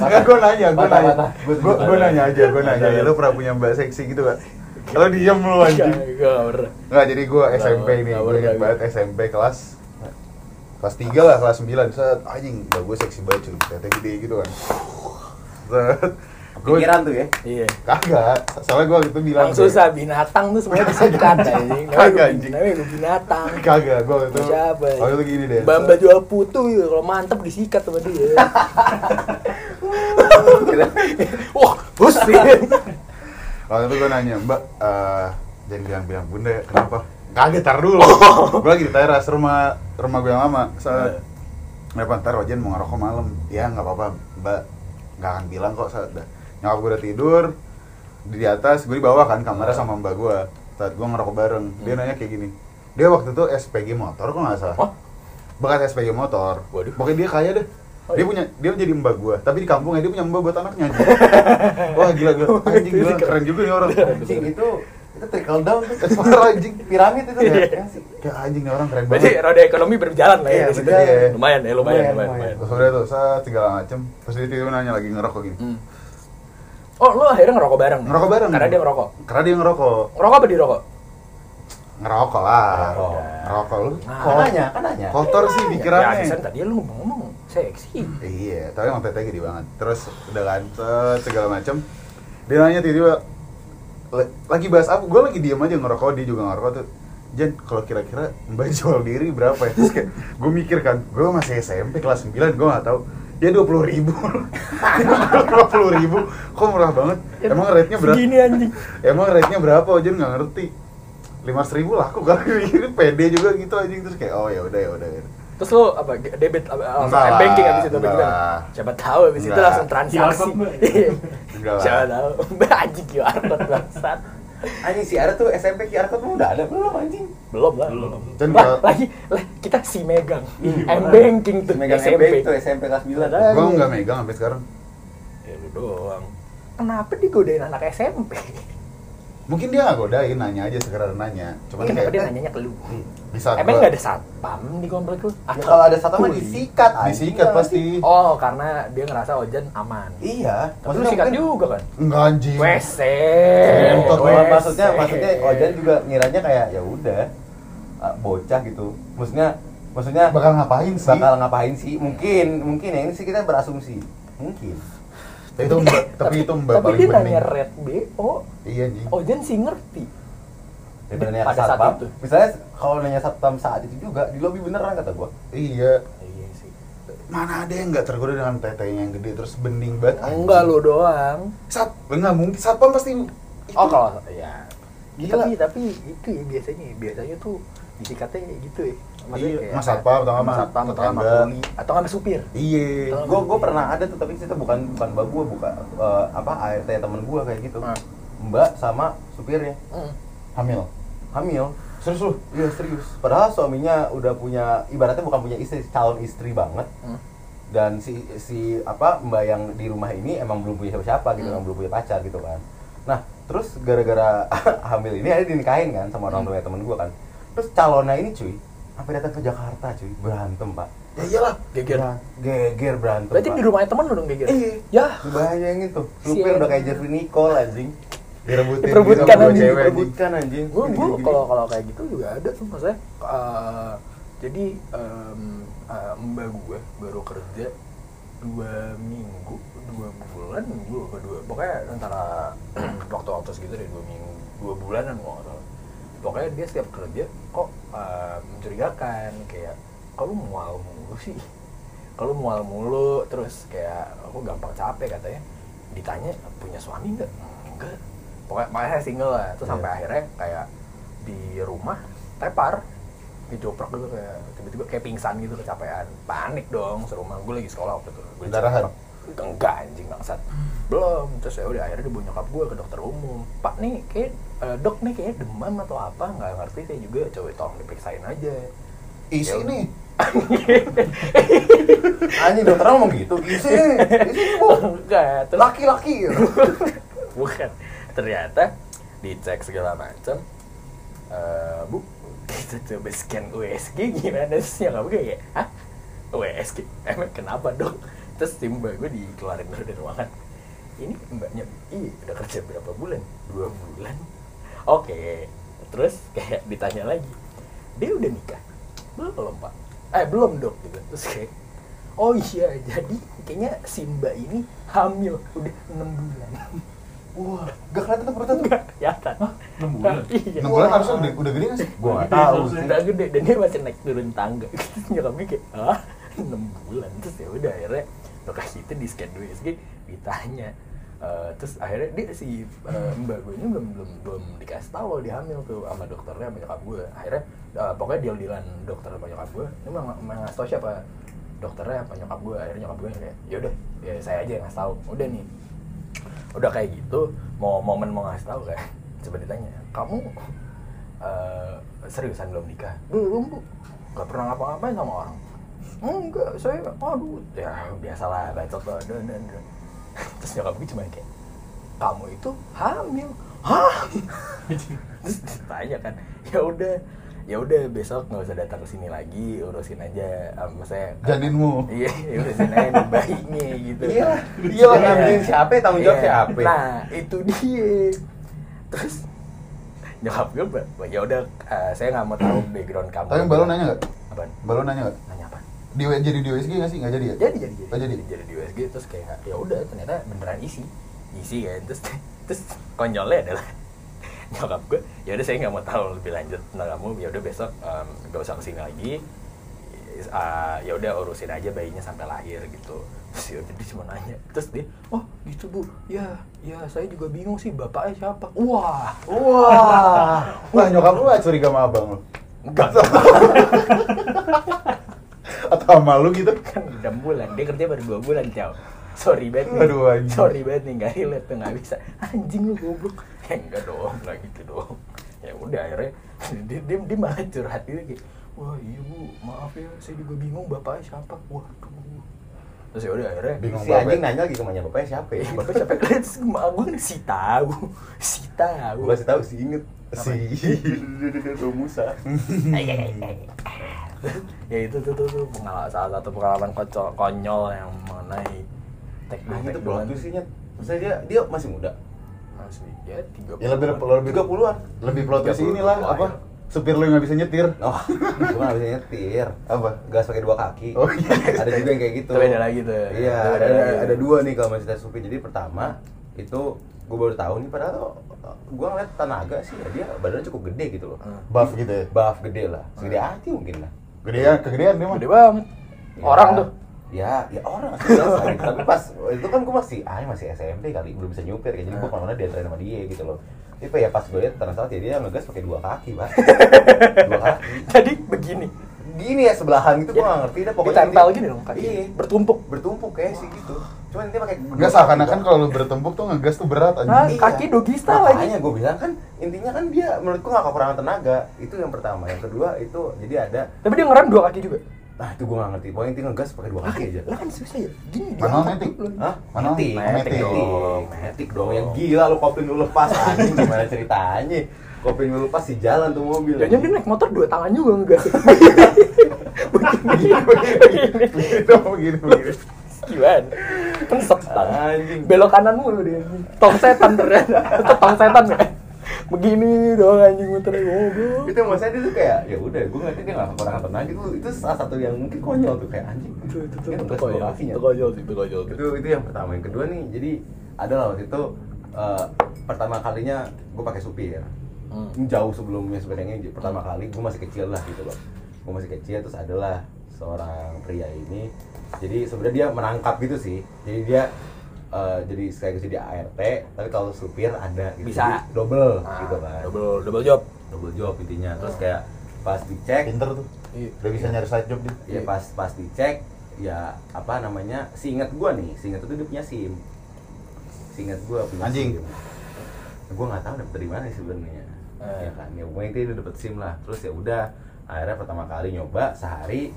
Enggak, gue nanya, gue
Patah,
nanya
patah.
Gue gue nanya aja, gue nanya aja, lu pernah punya mbak seksi gitu kan? Kalau diem lu
Nggak,
anjing
Iya, nggak pernah.
Enggak, jadi gue
Nggak,
SMP
nggak
nih, gue
boleh, gitu.
ingat
nggak
banget
boleh.
SMP kelas Kelas 3 lah, kelas 9 Set, anjing, mbak gue seksi banget cuy, ternyata gede gitu kan Set Gue
pikiran tuh ya
iya
kagak, soalnya gue gitu bilang
Yang
kayak,
susah binatang tuh semuanya disukat anjing. Namanya
Kagak,
gue-
anjing.
namanya gue binatang.
Kagak, gue itu
Siapa?
Waktu itu gini deh
Bamba jual putu gitu. Kalau mantep disikat sama dia. Wah, bus sih.
[LAUGHS] Waktu itu gue nanya, Mbak, eh jangan bilang-bilang bunda ya, kenapa? Kagak, tar dulu Gue lagi di teras rumah rumah gue yang lama Saat, Kenapa ntar Wajan mau ngerokok malam? Ya nggak apa-apa, Mbak Nggak akan bilang kok saat dah Nyokap gue udah tidur Di di atas, gue di bawah kan kamarnya sama mbak gue Saat gue ngerokok bareng, dia nanya kayak gini Dia waktu itu SPG motor kok nggak salah
Hah?
Bekas SPG motor
Oh. Waduh.
Pokoknya dia kaya deh dia punya dia jadi mbak gua tapi di kampungnya dia punya mbak buat anaknya
[LAUGHS]
anjing. wah gila gila anjing gila keren juga nih orang
anjing itu itu trickle down tuh
Parah, anjing.
piramid itu
Iya.
ya sih
kayak anjing nih orang keren
Berarti
banget
roda ekonomi berjalan lah ya.
Iya,
di situ.
berjalan.
Lumayan ya,
Lumayan,
lumayan, lumayan.
lumayan.
lumayan.
terus udah tuh saya segala macem terus dia tiba-tiba nanya lagi ngerokok gini
Hmm. Oh, lu akhirnya ngerokok bareng?
ngerokok bareng
Karena dia ngerokok.
karena dia ngerokok
Ngerokok apa di rokok?
ngerokok lah
Ngerokok.
ngerokok lu
Nah,
kan
kok-
nanya kan nanya
kotor sih
Ya,
pikirannya
Asisan tadi lu ngomong seksi.
Iya, tapi emang tetenya gede banget. Terus udah kan, set, segala macem. dia nanya tiba-tiba "Le- lagi bahas apa gue lagi diem aja ngerokok dia juga ngerokok tuh Jen, kalau kira-kira mbak jual diri berapa ya? Terus kayak, gue mikir kan, gue masih SMP kelas 9, gue gak tahu Ya 20 ribu [LAUGHS] 20 ribu, kok murah banget Emang rate-nya berapa?
Segini anjing.
Emang rate-nya berapa? Jen gak ngerti 500 ribu laku [LAUGHS] kali ini pede juga gitu anjing Terus kayak, oh yaudah yaudah yaudah
Terus lo apa debit apa, apa,
Enggak lah,
banking abis itu apa
enggak
gimana?
lah.
Siapa tahu abis itu
Enggak.
langsung transaksi.
QR code, Mbak.
Enggak lah.
[LAUGHS] Siapa tahu. [LAUGHS] Mbak anjing QR code bangsat.
Anjing si Ara tuh SMP QR code mah udah ada belum anjing?
Belum lah.
Belum.
Jen,
Lah,
kalau-
lagi lah kita si megang.
Iya.
M banking tuh
Megang
SMP.
SMP tuh SMP kelas 9
Ada.
Gue nggak megang sampai sekarang.
Ya lu doang. Kenapa digodain anak SMP?
Mungkin dia nggak godain, nanya aja sekedar nanya. Cuman
Kenapa
kayak
dia nanyanya ke lu?
bisa
Iya,
gua-
Emang nggak ada satpam di komplek lu?
Ya, kalau ada satu mah
Kuli?
disikat anjing.
disikat pasti.
Oh, karena dia ngerasa Ojan aman.
Iya,
Tapi lu sikat
mungkin-
juga kan?
Enggak anjing.
WC.
Ngentot,
Cuma
Wes.
maksudnya maksudnya Ojan juga ngiranya kayak ya udah ah, bocah gitu. Maksudnya maksudnya
Bakal ngapain sih?
bakal ngapain sih? Mungkin mungkin ya ini sih kita berasumsi. Mungkin.
Itu mbak, [LAUGHS] tapi itu mbak
Tapi
paling
dia Oh,
bening.
nanya red BO,
Iya anjing.
Ojan sih ngerti.
Daripada nanya ke
Pada saat
satpam.
itu.
Misalnya kalau nanya satpam saat itu juga di lobi beneran kata gua.
Iya.
Iya sih.
Mana ada yang nggak tergoda dengan tetenya yang gede terus bening banget? anjing.
Enggak lu doang.
Sat, enggak mungkin. Satpam pasti.
Oh kalau ya.
Gila.
Tapi tapi itu ya biasanya biasanya tuh disikatnya ya gitu ya.
Iya, Mas Satpam atau nggak
Mas
sama
satpam atau nggak sama
tetangga.
kuli atau nggak sama supir.
Iya.
Gue gue pernah ada tuh tapi itu bukan bukan mbak gue buka eh, apa ART temen gue kayak gitu.
Hmm.
Mbak sama supirnya
Mm.
Hamil.
hamil.
Serius lu?
Iya serius. Padahal suaminya udah punya ibaratnya bukan punya istri calon istri banget
Mm.
dan si si apa mbak yang di rumah ini emang belum punya siapa-siapa
Hmm.
gitu kan belum punya pacar gitu kan. Nah terus gara-gara [LAUGHS] hamil ini ada dinikahin kan sama
Hmm.
orang tuanya temen gue kan. Terus calonnya ini cuy sampai datang ke Jakarta cuy berantem pak. Iya,
Ya iyalah.
Geger.
Geger berantem.
Berarti
Pak.
di rumahnya temen lu dong geger.
Iya.
Ya.
Lu bayangin tuh,
Sial.
supir udah kayak Jeffrey Nicole
[LAUGHS]
anjing.
Direbutin.
Diperebutkan
sama dua
anjing,
cewek anjing.
Rebutkan anjing.
gue gue
Gini-gini.
kalau kalau kayak gitu juga ada tuh maksudnya eh, jadi em, eh, mbak gue baru kerja dua minggu dua bulan gue apa dua pokoknya antara [CLEARS THROAT] waktu-waktu segitu deh dua minggu dua bulanan kalau nggak salah pokoknya dia setiap kerja kok eh, mencurigakan kayak kalau mual mulu sih kalau mual mulu terus kayak aku gampang capek katanya ditanya punya suami nggak enggak pokoknya makanya saya single lah terus
Iya.
sampai akhirnya kayak di rumah tepar dijoprak dulu kayak tiba-tiba kayak pingsan gitu kecapean panik dong serumah gue lagi sekolah waktu itu Gua
Pendarahan?
dijoprak. enggak anjing bangsat belum terus ya udah akhirnya dibawa nyokap gue ke dokter umum pak nih kayak eh, dok nih kayak demam atau apa nggak ngerti saya juga coba tolong diperiksain aja
Isi
Ya. [LAUGHS]
nih.
anjing dokter ngomong gitu. Isi, isi Bu.
[LAUGHS] enggak terus
Laki-laki.
[LAUGHS] bukan ternyata dicek segala macam Eh, bu kita coba scan USG gimana sih nggak mungkin ya Hah? USG emang kenapa dong terus tim mbak gue dikeluarin dulu dari ruangan ini mbaknya iya udah kerja berapa bulan dua bulan oke terus kayak ditanya lagi dia udah nikah belum pak eh belum dok gitu terus kayak oh iya jadi kayaknya si mbak ini hamil udah enam bulan
Wah, gak kelihatan tuh perutnya tuh.
Enggak kelihatan.
Hah? Enam bulan?
Iya.
Enam bulan harusnya udah, udah gede nggak sih?
Gua nggak
Gede
tahu
harusnya.
sih.
Udah gede dan dia masih naik turun tangga. [LAUGHS] Terus nyokap gue kayak, "Hah? 6 bulan." Terus ya udah akhirnya dokter kita di scan dulu USG ditanya. Eh, terus akhirnya dia si eh, mbak gue ini belum belum belum dikasih tahu dia hamil tuh sama dokternya sama nyokap gue akhirnya eh, pokoknya deal dealan dokter sama nyokap gue ini emang emang ngasih tau siapa dokternya apa nyokap gue akhirnya nyokap gue kayak yaudah ya saya aja yang ngasih tahu udah nih udah kayak gitu mau momen mau ngasih tahu kan coba ditanya kamu eh, seriusan belum nikah belum bu nggak pernah ngapa-ngapain sama orang enggak saya aduh ya biasalah bacot loh dan dan dan [LAUGHS] terus nyokap gue cuma kayak kamu itu hamil hah [LAUGHS] terus ditanya kan ya udah ya udah besok nggak usah datang ke sini lagi urusin aja sama saya
Janinmu.
iya
ya
urusin aja nih bayinya gitu
Iya, iya lah ngambilin siapa, tanggung jawab
Iya.
siapa.
Nah, itu dia. Terus nyokap gue ba- ba- ya udah eh, saya nggak mau tahu background kamu.
Tapi Mbak lu nanya nggak?
Apaan?
Mbak lu nanya nggak?
Nanya apa?
Di jadi di USG nggak sih? Nggak jadi ya?
Jadi jadi
Oh, jadi.
jadi di USG terus kayak ya udah ternyata beneran isi. ngisi kan terus terus konyolnya adalah [LAUGHS] nyokap gue ya udah saya nggak mau tahu lebih lanjut tentang kamu ya udah besok em, nggak usah kesini lagi Is- ah, ya udah urusin aja bayinya sampai lahir gitu terus ya udah dia cuma nanya terus dia oh gitu bu ya ya saya juga bingung sih bapaknya siapa wah
Wah, wah nyokap lu gak curiga sama abang lu?
enggak
Atau sama lu gitu?
kan udah bulan dia kerja baru dua bulan cow sorry banget nih.
Aduh, anjing.
sorry banget nih nggak relate tuh nggak bisa anjing lu goblok ya enggak dong nggak gitu dong ya udah akhirnya dia, dia, dia malah curhat gitu kayak wah iya bu maaf ya saya juga bingung bapaknya siapa waduh terus ya udah akhirnya
Bingung
si anjing
banget.
nanya lagi kemana bapaknya siapa ya
eh, bapak siapa terus gue si tahu si tahu
gue sih tahu sih inget [LAUGHS]
Si
Musa
ya itu tuh tuh, tuh pengalaman salah satu pengalaman kocol konyol yang mengenai
Nah,
teknik
Nah, itu plot twistnya maksudnya dia dia masih muda
Masih ya tiga
Ya lebih lebih
30-an.
Lebih plot twist
30-an.
inilah apa? Supir lu yang gak bisa nyetir.
[LAUGHS] oh cuma nggak bisa nyetir
Apa?
gas pakai dua kaki
Oh, iya.
ada juga yang kayak gitu
Itu beda lagi tuh.
iya
Itu
ada,
beda lagi.
ada, ada dua nih kalau masih tes supir jadi pertama itu gue baru tahu nih padahal tuh, uh, gue ngeliat Tanaga sih ya, dia badannya cukup gede gitu loh
Hmm.
Buff gitu ya. Ah.
buff gede lah segede hati mungkin lah
Gedean, ya, kegedean dia mah.
Gede banget.
Ya.
Orang tuh. [LAUGHS]
Ya, ya orang sih, biasa [LAUGHS] gitu. Tapi pas itu kan gue masih, ah ini masih SMP kali, belum bisa nyupir kayak
Ah.
jadi gue kemana dia diantarin sama dia gitu loh. Tapi ya pas gue lihat ternyata ya dia ngegas pakai dua kaki,
[LAUGHS]
Pak. dua kaki.
Jadi begini.
Gini ya sebelahan gitu gue nggak ngerti dah pokoknya.
Ditempel
nanti-
gini dong kakinya.
Iya.
Bertumpuk.
Bertumpuk kayak sih gitu. Cuman dia pakai Iya.
Enggak seakan-akan kan kalau lu bertembuk tuh ngegas tuh berat
Hah?
anjing.
kaki doggy style lagi.
Makanya gue bilang kan intinya kan dia menurut gue nggak kekurangan tenaga. Itu yang pertama. Yang kedua itu jadi ada
Tapi dia ngerem dua kaki juga.
Nah itu gue gak ngerti, pokoknya intinya ngegas pakai dua kaki aja
Lah kan susah ya. Gini
Manual
diangkat
metik. [LAUGHS]
dulu.
Hah?
Mana?
Metik,
Metik
metik
dong.
dong, metik dong. Yang gila lu kopling lu lepas anjing gimana ceritanya? Kopling lu lepas di jalan tuh mobil.
Jangan dia naik motor dua tangan juga
[LAUGHS]
enggak.
Begini, begini, begini. Begini dong, begini, begini.
Gimana? Kan setan.
Anjing.
Belok kanan mulu dia. Tong setan ternyata. Itu Tong setan ya. Begini doang anjing Oh, muternya goblok.
Itu maksudnya dia tuh kayak ya udah gue ngerti dia gak kekurangan tenaga itu itu salah satu yang mungkin konyol tuh kayak anjing.
Itu itu itu
Dia
itu
ngegas dua
konyol.
kakinya.
Itu konyol sih, itu konyol.
itu itu yang pertama yang kedua nih jadi ada lah waktu itu eh, pertama kalinya gue pakai supir
Hmm.
Ini jauh sebelumnya sebenarnya j- pertama kali gue masih kecil lah gitu loh gue masih kecil terus adalah seorang pria ini jadi sebenarnya dia menangkap gitu sih jadi dia eh, jadi sekaligus jadi ART tapi kalau supir ada gitu
Bisa.
Jadi double
Ah,
gitu kan double.
Double double job.
job intinya terus kayak pas dicek
Pinter tuh.
Iya.
Udah bisa nyari side job dia.
ya pas pas dicek ya apa namanya seingat gua nih seingat itu dia punya sim seingat gua punya
Anjing.
SIM. Nah, gua nggak tahu dapet dari mana sih sebenarnya
Eh.
ya kan ya pokoknya itu dia dapet sim lah terus ya udah akhirnya pertama kali nyoba sehari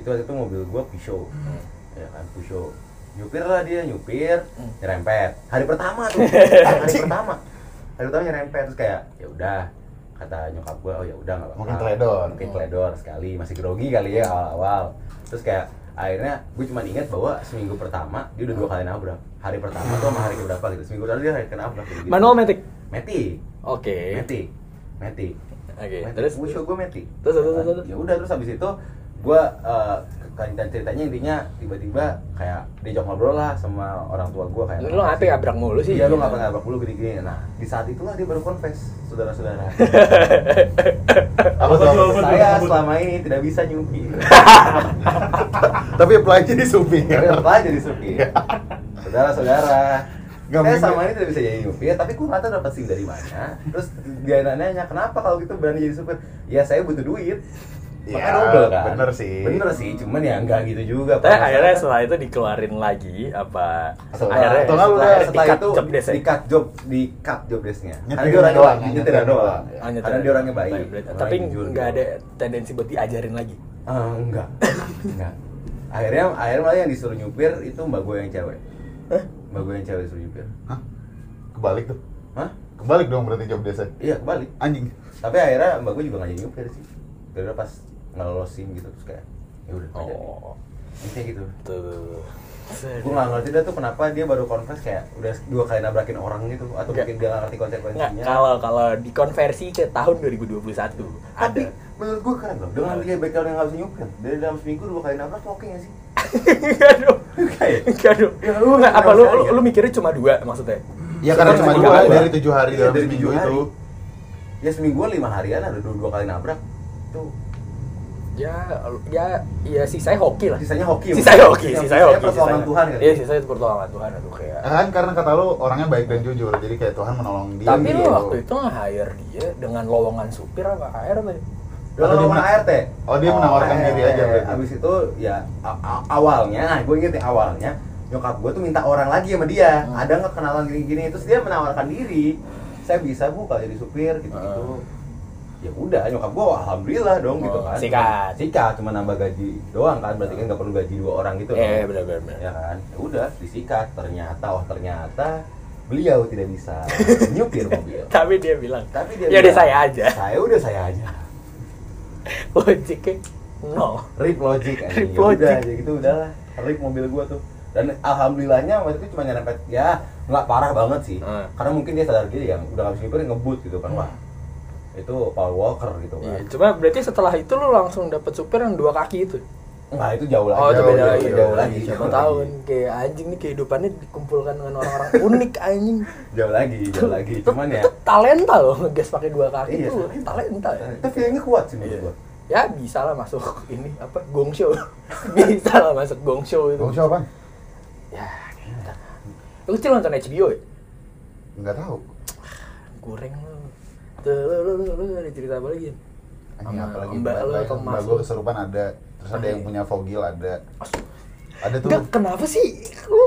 itu waktu itu mobil gua Peugeot ya kan Peugeot nyupir lah dia nyupir
Hmm.
nyerempet hari pertama tuh
[LAUGHS]
hari pertama hari pertama nyerempet terus kayak ya udah kata nyokap gua oh ya udah nggak apa-apa
Mungkin teledor.
mungkin teledor sekali masih grogi kali ya awal-awal terus kayak akhirnya gue cuma ingat bahwa seminggu pertama dia udah dua kali nabrak hari pertama tuh sama hari keberapa gitu seminggu pertama dia hari kenabrak gitu, gitu.
Manual metik.
meti
Oke.
meti meti
Eh. Oke,
Meti.
terus-
Gua show gue meti
Terus, terus, terus, terus.
ya udah terus habis itu gue eh kan kan ceritanya intinya tiba-tiba kayak diajak ngobrol lah sama orang tua gue kayak
Lu ngapain nabrak mulu sih?
Iya lu ngapa nabrak dulu gini-gini Nah di saat itulah dia baru confess
[LAUGHS]
saudara-saudara
Apa tuh? apa tuh?
Saya selama ini tidak bisa nyupi
[LAUGHS]
Tapi apply jadi supir.
Tapi tetap aja di supir. Saudara-saudara.
Iya. Nggak
saya
mungkin.
sama ini tidak bisa jadi supir, tapi aku nggak tahu dapat SIM dari mana. Terus dia nanya, kenapa kalau gitu berani jadi supir? Ya saya butuh duit. Makanya
Ya,
double, kan?
bener sih.
Bener sih, cuman ya nggak gitu juga.
Tapi
Pak.
akhirnya setelah itu dikeluarin lagi apa?
Setelah-
akhirnya
atau
setelah,
nggak lu udah
setelah
di-cut
itu
job desk ya?
di cut job di cut job desknya.
Nyetir
Karena dia orangnya
doang,
baik, nyetir
nyetir
doang.
doang.
Oh, nyetir.
Karena dia orangnya baik. orangnya
Tapi
jujur
nggak
gitu.
ada tendensi buat diajarin lagi.
Eh, enggak. enggak. Akhirnya akhirnya malah yang disuruh nyupir itu mbak gue yang cewek. Mbak gue yang cewek disuruh nyupir.
Hah? Kebalik tuh.
Hah?
Kebalik dong berarti job desa.
Iya, kebalik.
Anjing.
Tapi akhirnya mbak gue juga gak jadi nyupir sih. Karena pas nggak lolos SIM gitu terus kayak ya udah nggak jadi.
Oh,
Intinya gitu.
tuh.
Gue gak ngerti dah tuh kenapa dia baru confess kayak udah dua kali nabrakin orang gitu atau
Nggak.
mungkin dia gak ngerti ya.
Nggak,
konsekuensinya.
kalau kalau dikonversi ke tahun 2021
Tapi
ada. [LAUGHS]
menurut gue keren loh. Dengan dia background yang gak bisa nyupir dari dalam seminggu dua kali nabrak tuh oke gak sih?
Enggak dong.
Kayak
Enggak dong.
Ya, lu-
Nggak, apa lu, lu
ya.
lu mikirnya cuma dua maksudnya?
Iya karena
Sebenarnya
cuma
cuma
dua
dua.
dari tujuh hari
Iya,
dalam
dari
seminggu
tujuh hari.
itu.
ya seminggu lima harian ada dua, dua kali nabrak tuh
Ya ya ya sisanya hoki lah.
sisanya hoki ya?
Sisanya hoki, sisanya hoki.
pertolongan Tuhan gitu. kali
Iya, sisanya pertolongan Tuhan aduh kayak.
Ya kan karena kata lu orangnya baik dan jujur, jadi kayak Tuhan menolong dia.
Tapi
gitu.
lu waktu itu nge-hire dia dengan lowongan supir apa HR apa? ya?
Lalu
Atau di
lawan
mana?
ART.
Oh, dia menawarkan diri aja berarti.
iya, Abis itu ya a- a- awalnya, gue inget ya awalnya nyokap gue tuh minta orang lagi sama dia.
Hmm.
Ada nggak kenalan gini-gini? Terus dia menawarkan diri. Saya bisa bu kalau jadi supir gitu-gitu.
Hmm.
Ya udah, nyokap gue alhamdulillah dong gitu
Oh,
kan.
sikat.
Sikat, cuma nambah gaji doang kan. Berarti kan nggak perlu gaji dua orang gitu.
Eh,
kan.
benar benar.
Ya kan, ya udah disikat. Ternyata, oh ternyata beliau tidak
[LAUGHS]
bisa nyupir mobil.
Tapi dia bilang,
Tapi dia
ya udah
bilang,
saya aja. [LAUGHS]
Saya udah saya aja.
Logiknya nol.
Rip logic aja.
Rip
Ya udah,
logic.
ya gitu udahlah. Rip mobil gua tuh. Dan alhamdulillahnya waktu itu cuma nyerempet ya nggak parah banget sih.
Hmm.
Karena mungkin dia sadar diri ya udah habis nyupir ngebut gitu kan wah. Itu Paul Walker gitu
Hmm. Iya,
kan.
cuma berarti setelah itu lu langsung dapet supir yang dua kaki itu.
Nah, itu jauh lagi.
oh, itu
jauh,
beda
jauh,
lagi.
jauh
Jauh lagi.
Siapa
jauh
tahu kan
lagi.
kayak anjing nih kehidupannya dikumpulkan dengan [LAUGHS] orang-orang unik anjing.
Jauh lagi, jauh lagi. Cuman ya
Itu talenta loh ngegas pakai dua kaki
Iya,
[LAUGHS] itu
talenta.
talenta ya.
itu feelingnya kuat sih menurut
Iya.
gua.
Ya bisa lah masuk [LAUGHS] ini apa gong show. [LAUGHS] bisa lah masuk gong show itu.
Kamu siapa?
Ya, kita. Lu kecil nonton HBO ya?
Enggak tahu.
Goreng lu. Tuh, lu, lu, lu, lu, ada cerita apa lagi?
Anjing
Sama
apa lagi?
Mbak lu atau Mas
gue
lu?
keserupan ada. Terus ada yang punya fogil ada.
Asu.
Ada tuh.
Enggak, kenapa sih lu?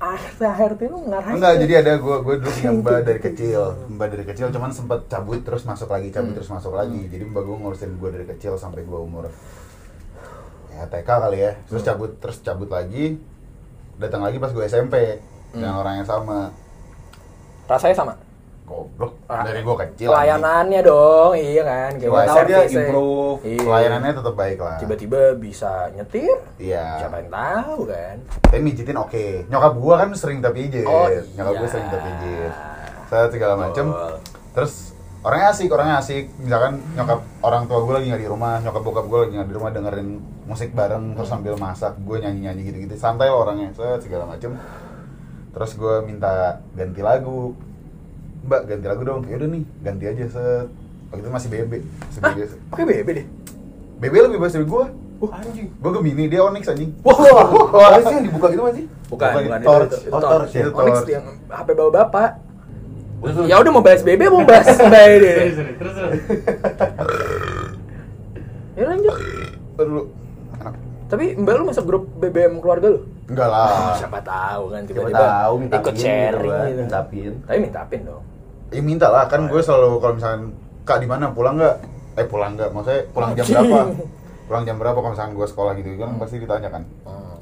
Akhir-akhir itu lu ngarahin.
Enggak, jadi ada gue gue dulu punya mbak dari kecil, mbak dari kecil cuman sempet cabut terus masuk lagi, cabut
Hmm.
terus masuk lagi. Jadi mbak gue ngurusin gue dari kecil sampai gue umur ya TK kali ya. Terus
Hmm.
cabut terus cabut lagi, datang lagi pas gue SMP
Hmm.
dengan orang yang sama.
rasanya sama.
Iya, Goblok,
Ah,
dari gue kecil.
Pelayanannya dong, iya kan. Kayak
Gua
Wah,
tahu dia
servisnya.
improve.
Iya.
anjing. Pelayanannya tetap baik lah.
Tiba-tiba bisa nyetir.
Iya.
Siapa yang tahu kan?
Tapi mijitin oke. Nyokap gue kan sering tapi pijit.
Oh,
Nyokap
iya.
gue sering tapi pijit. Saya segala macem.
Betul.
Terus orangnya asik, orangnya asik. Misalkan nyokap orang tua gue lagi nggak di rumah, nyokap bokap gue lagi nggak di rumah dengerin musik bareng terus sambil masak, gue nyanyi nyanyi gitu gitu. Santai lah orangnya, saya segala macem. Terus gue minta ganti lagu. Mbak ganti lagu dong. Ya udah nih, ganti aja set. Waktu itu masih bebe, masih
Hah?
bebe.
Pakai BB deh.
Bebe lebih bagus dari gue.
Wah, anjing.
Gue gemini, dia onyx anjing.
Wah,
Wah, sih yang dibuka gitu masih.
bukan,
Bukan,
bukan itu,
torch.
itu,
Oh,
torch.
torch ya,
Onyx
torch.
yang HP bawa bapak.
Terus
Ya udah mau bahas BB mau [LAUGHS] bahas mbak ini.
Sorry, sorry. Terus, terus.
Ya lanjut.
Ntar dulu. Enak.
Tapi mbak lu masuk grup BBM keluarga lu?
Enggak lah.
Siapa tahu kan
Coba
tiba-tiba
tahu minta
ikut
pin gitu
sharing
kan,
gitu.
minta pin.
Tapi minta pin dong.
Ya minta lah, kan gue selalu kalau misalkan kak di mana pulang nggak? Eh pulang nggak? Maksudnya pulang jam berapa? Pulang jam berapa kalau misalkan gue sekolah gitu kan pasti ditanya kan.
Hmm.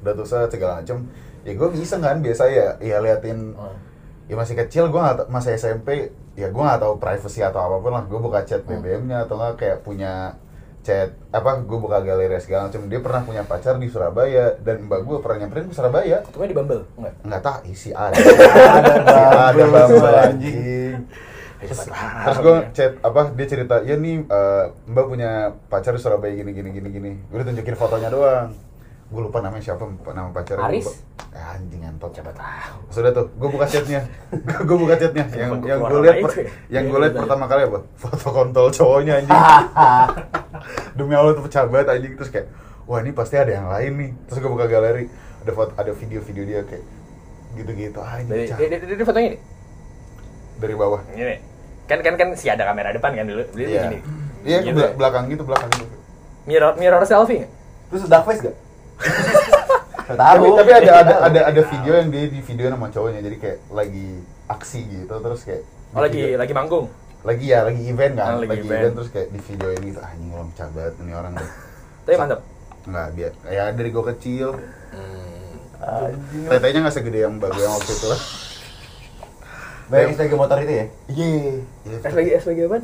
Udah tuh saya segala macem. Ya gue bisa kan biasa ya, ya liatin.
Hmm.
Ya masih kecil gue nggak ta- masih SMP. Ya gue nggak tahu privacy atau apapun lah. Gue buka chat BBM-nya atau nggak kayak punya chat apa gue buka galeri segala macam dia pernah punya pacar di Surabaya dan mbak gue pernah nyamperin ke Surabaya
Ketemunya di Bumble? Enggak.
nggak tahu isi ada ada ada Bumble, anjing
Terus,
terus gue chat apa dia cerita ya nih eh, mbak punya pacar di Surabaya gini gini gini gini gue tunjukin fotonya doang gue lupa namanya siapa nama pacarnya
Aris?
Gua lupa. ah, anjing ngentot
Siapa tahu.
sudah tuh gue buka chatnya [LAUGHS] gue buka chatnya yang
Buka
yang gue
warna
lihat
itu
per-
ya?
yang gue lihat pertama kali apa [LAUGHS] foto kontol cowoknya
[LAUGHS]
anjing demi allah tuh pecah banget anjing terus kayak wah ini pasti ada yang lain nih terus gue buka galeri ada foto ada video-video dia kayak gitu-gitu anjing
Dari,
cah.
dari, dari, dari fotonya ini.
dari bawah
Ini. Kan kan kan si ada kamera depan kan dulu. Dia
Iya.
begini.
Iya, ke
Gitu
bela-
ya?
belakang gitu, belakang gitu.
Mirror mirror selfie nggak?
Terus dark face gak? Nggak
Tapi,
tahu.
tapi ada
[LAUGHS]
ada ada ada video yang dia di video sama cowoknya jadi kayak lagi aksi gitu terus kayak di
Oh lagi
video-
lagi manggung.
lagi ya lagi event kan
Ah,
lagi,
lagi
event.
event.
terus kayak di video ini gitu anjing orang cabat ini orang tuh
Tapi mantap.
nggak biar ya dari gue kecil
Anjing.
tetenya nggak segede yang bagus yang waktu itu lah
Bayangin sebagai motor itu ya?
iya
Gitu.
SPG SPG apa?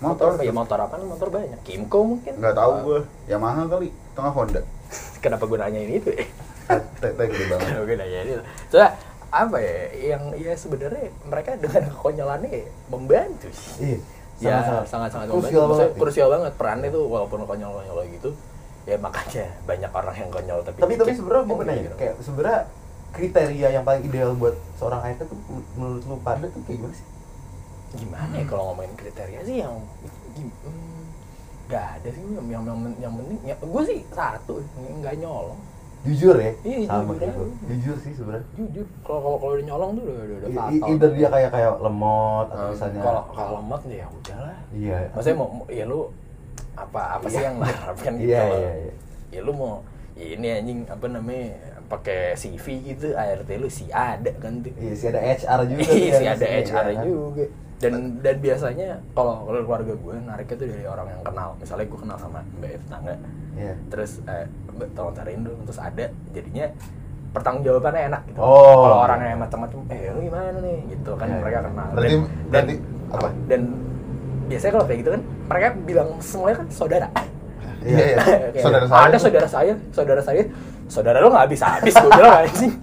motor
Ya motor apa? Motor banyak. Kimco mungkin. Ah,
nggak tahu gue Yamaha kali tengah Honda
Kenapa gue nanyain itu ya?
tete gede banget
[LAUGHS] Kenapa gue nanyain itu? Soalnya apa ya yang ya sebenarnya mereka dengan kekonyolannya ya membantu sih.
Iya.
ya
Sangat-sangat.
sangat sangat
Krusial banget.
krusial banget perannya tuh walaupun konyol konyol gitu ya ya makanya banyak orang yang konyol tapi
tapi tapi
dikit.
sebenarnya gue
Kan
pernah
gitu.
kayak sebenarnya kriteria yang paling ideal buat seorang ART tuh menurut lu pada tuh kayak gimana sih
gimana ya kalau ngomongin kriteria sih yang gim- hmm, nggak ada sih yang yang yang, yang penting ya, gue sih satu nggak nyolong
jujur ya
Iya,
sama
jujur
kayak gue
aja.
jujur sih sebenarnya
jujur kalau kalau kalau udah nyolong tuh udah udah,
Iya,
udah
I- i-
fatal.
either dia kayak kayak lemot atau
Eh,
misalnya
kalau kalau lemak ya udahlah
iya
maksudnya mau mau- ya lu apa apa sih
Iya.
yang mengharapkan gitu
iya
loh.
iya iya
ya lu mau ya ini anjing apa namanya pakai CV gitu ART lu sih ada kan tuh [LAUGHS]
Iya, sih ada HR juga
Iya
tuh
sih
ya,
ada
maksudnya,
HR
iya kan?
juga. Dan dan biasanya kalau kalau keluarga gue nariknya tuh dari orang yang kenal. Misalnya gue kenal sama Mbak F tetangga,
Iya.
terus eh, Mbak tolong cariin dong, terus ada jadinya pertanggung jawabannya enak gitu.
Oh.
Kalau orang yang macam-macam, eh lu gimana nih gitu kan
Iya,
mereka
iya.
kenal.
Berarti-
Dan-
berarti
dan,
apa?
Dan biasanya kalau kayak gitu kan mereka bilang semuanya kan saudara.
Iya, iya.
[LAUGHS] Kayak, gitu.
Saudara saya.
Ada
tuh-
saudara saya, saudara saya, saudara lu nggak habis habis gue bilang
[LAUGHS]
anjing.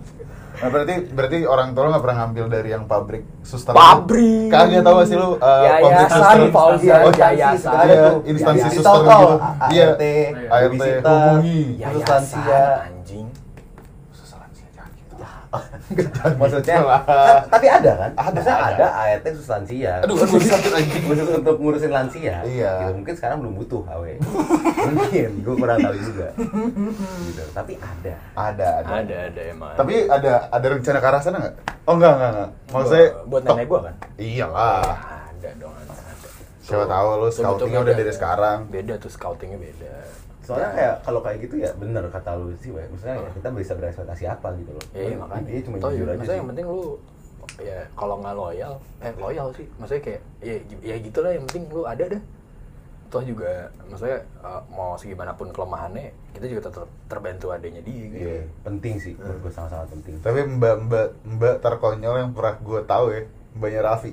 Nah, berarti berarti orang tua lu nggak pernah ngambil dari yang pabrik suster.
Pabrik. Ya,
Kagak tahu sih lu eh, pabrik
Yayasan,
suster.
Pak Uzi,
Instansi,
Oh,
yayasan.
sebenarnya
Iya,
tuh.
instansi
Yayasan.
suster
Tahu-tahu,
gitu.
A-
Iya.
ART,
ART,
Wisita,
hubungi.
khusus
Yayasan,
ya.
lansia.
anjing.
Suster lansia jangan gitu. [LAUGHS]
Maksudnya,
Lah.
ta- tapi ada kan?
Ada,
Maksudnya
ada.
ada ART khusus lansia.
Aduh, kan gue sakit anjing.
khusus untuk ngurusin lansia.
Iya.
Gitu. Mungkin sekarang belum butuh HW. Mungkin, gue kurang tahu juga. Gitu. Tapi ada.
Ada, ada.
Ada ada emang.
Tapi ada ada rencana ke arah sana nggak? Oh enggak, enggak, enggak. Maksudnya
Buat- buat nenek gua kan?
Iyalah.
Ada dong ada. ada.
Siapa tahu lu
Tapi itu
scoutingnya
beda.
udah dari sekarang.
Beda tuh scoutingnya beda.
Soalnya kayak kalau kayak gitu ya bener kata lu sih, Wei. Maksudnya ya, kita bisa berekspektasi apa gitu loh.
Ya, iya makanya.
Dia cuma
Tau ya,
jujur aja
maksudnya
sih.
yang penting lu ya kalau nggak loyal, eh loyal sih. Maksudnya kayak ya gi- ya gitulah yang penting lu ada dah. Toh juga maksudnya eh, mau segimanapun kelemahannya, kita juga tetap terbantu adanya dia gitu.
Iya, penting sih. Menurut gue sangat-sangat penting.
Hmm. Tapi Mbak Mbak Mbak terkonyol yang pernah gue tahu ya, Mbaknya Raffi.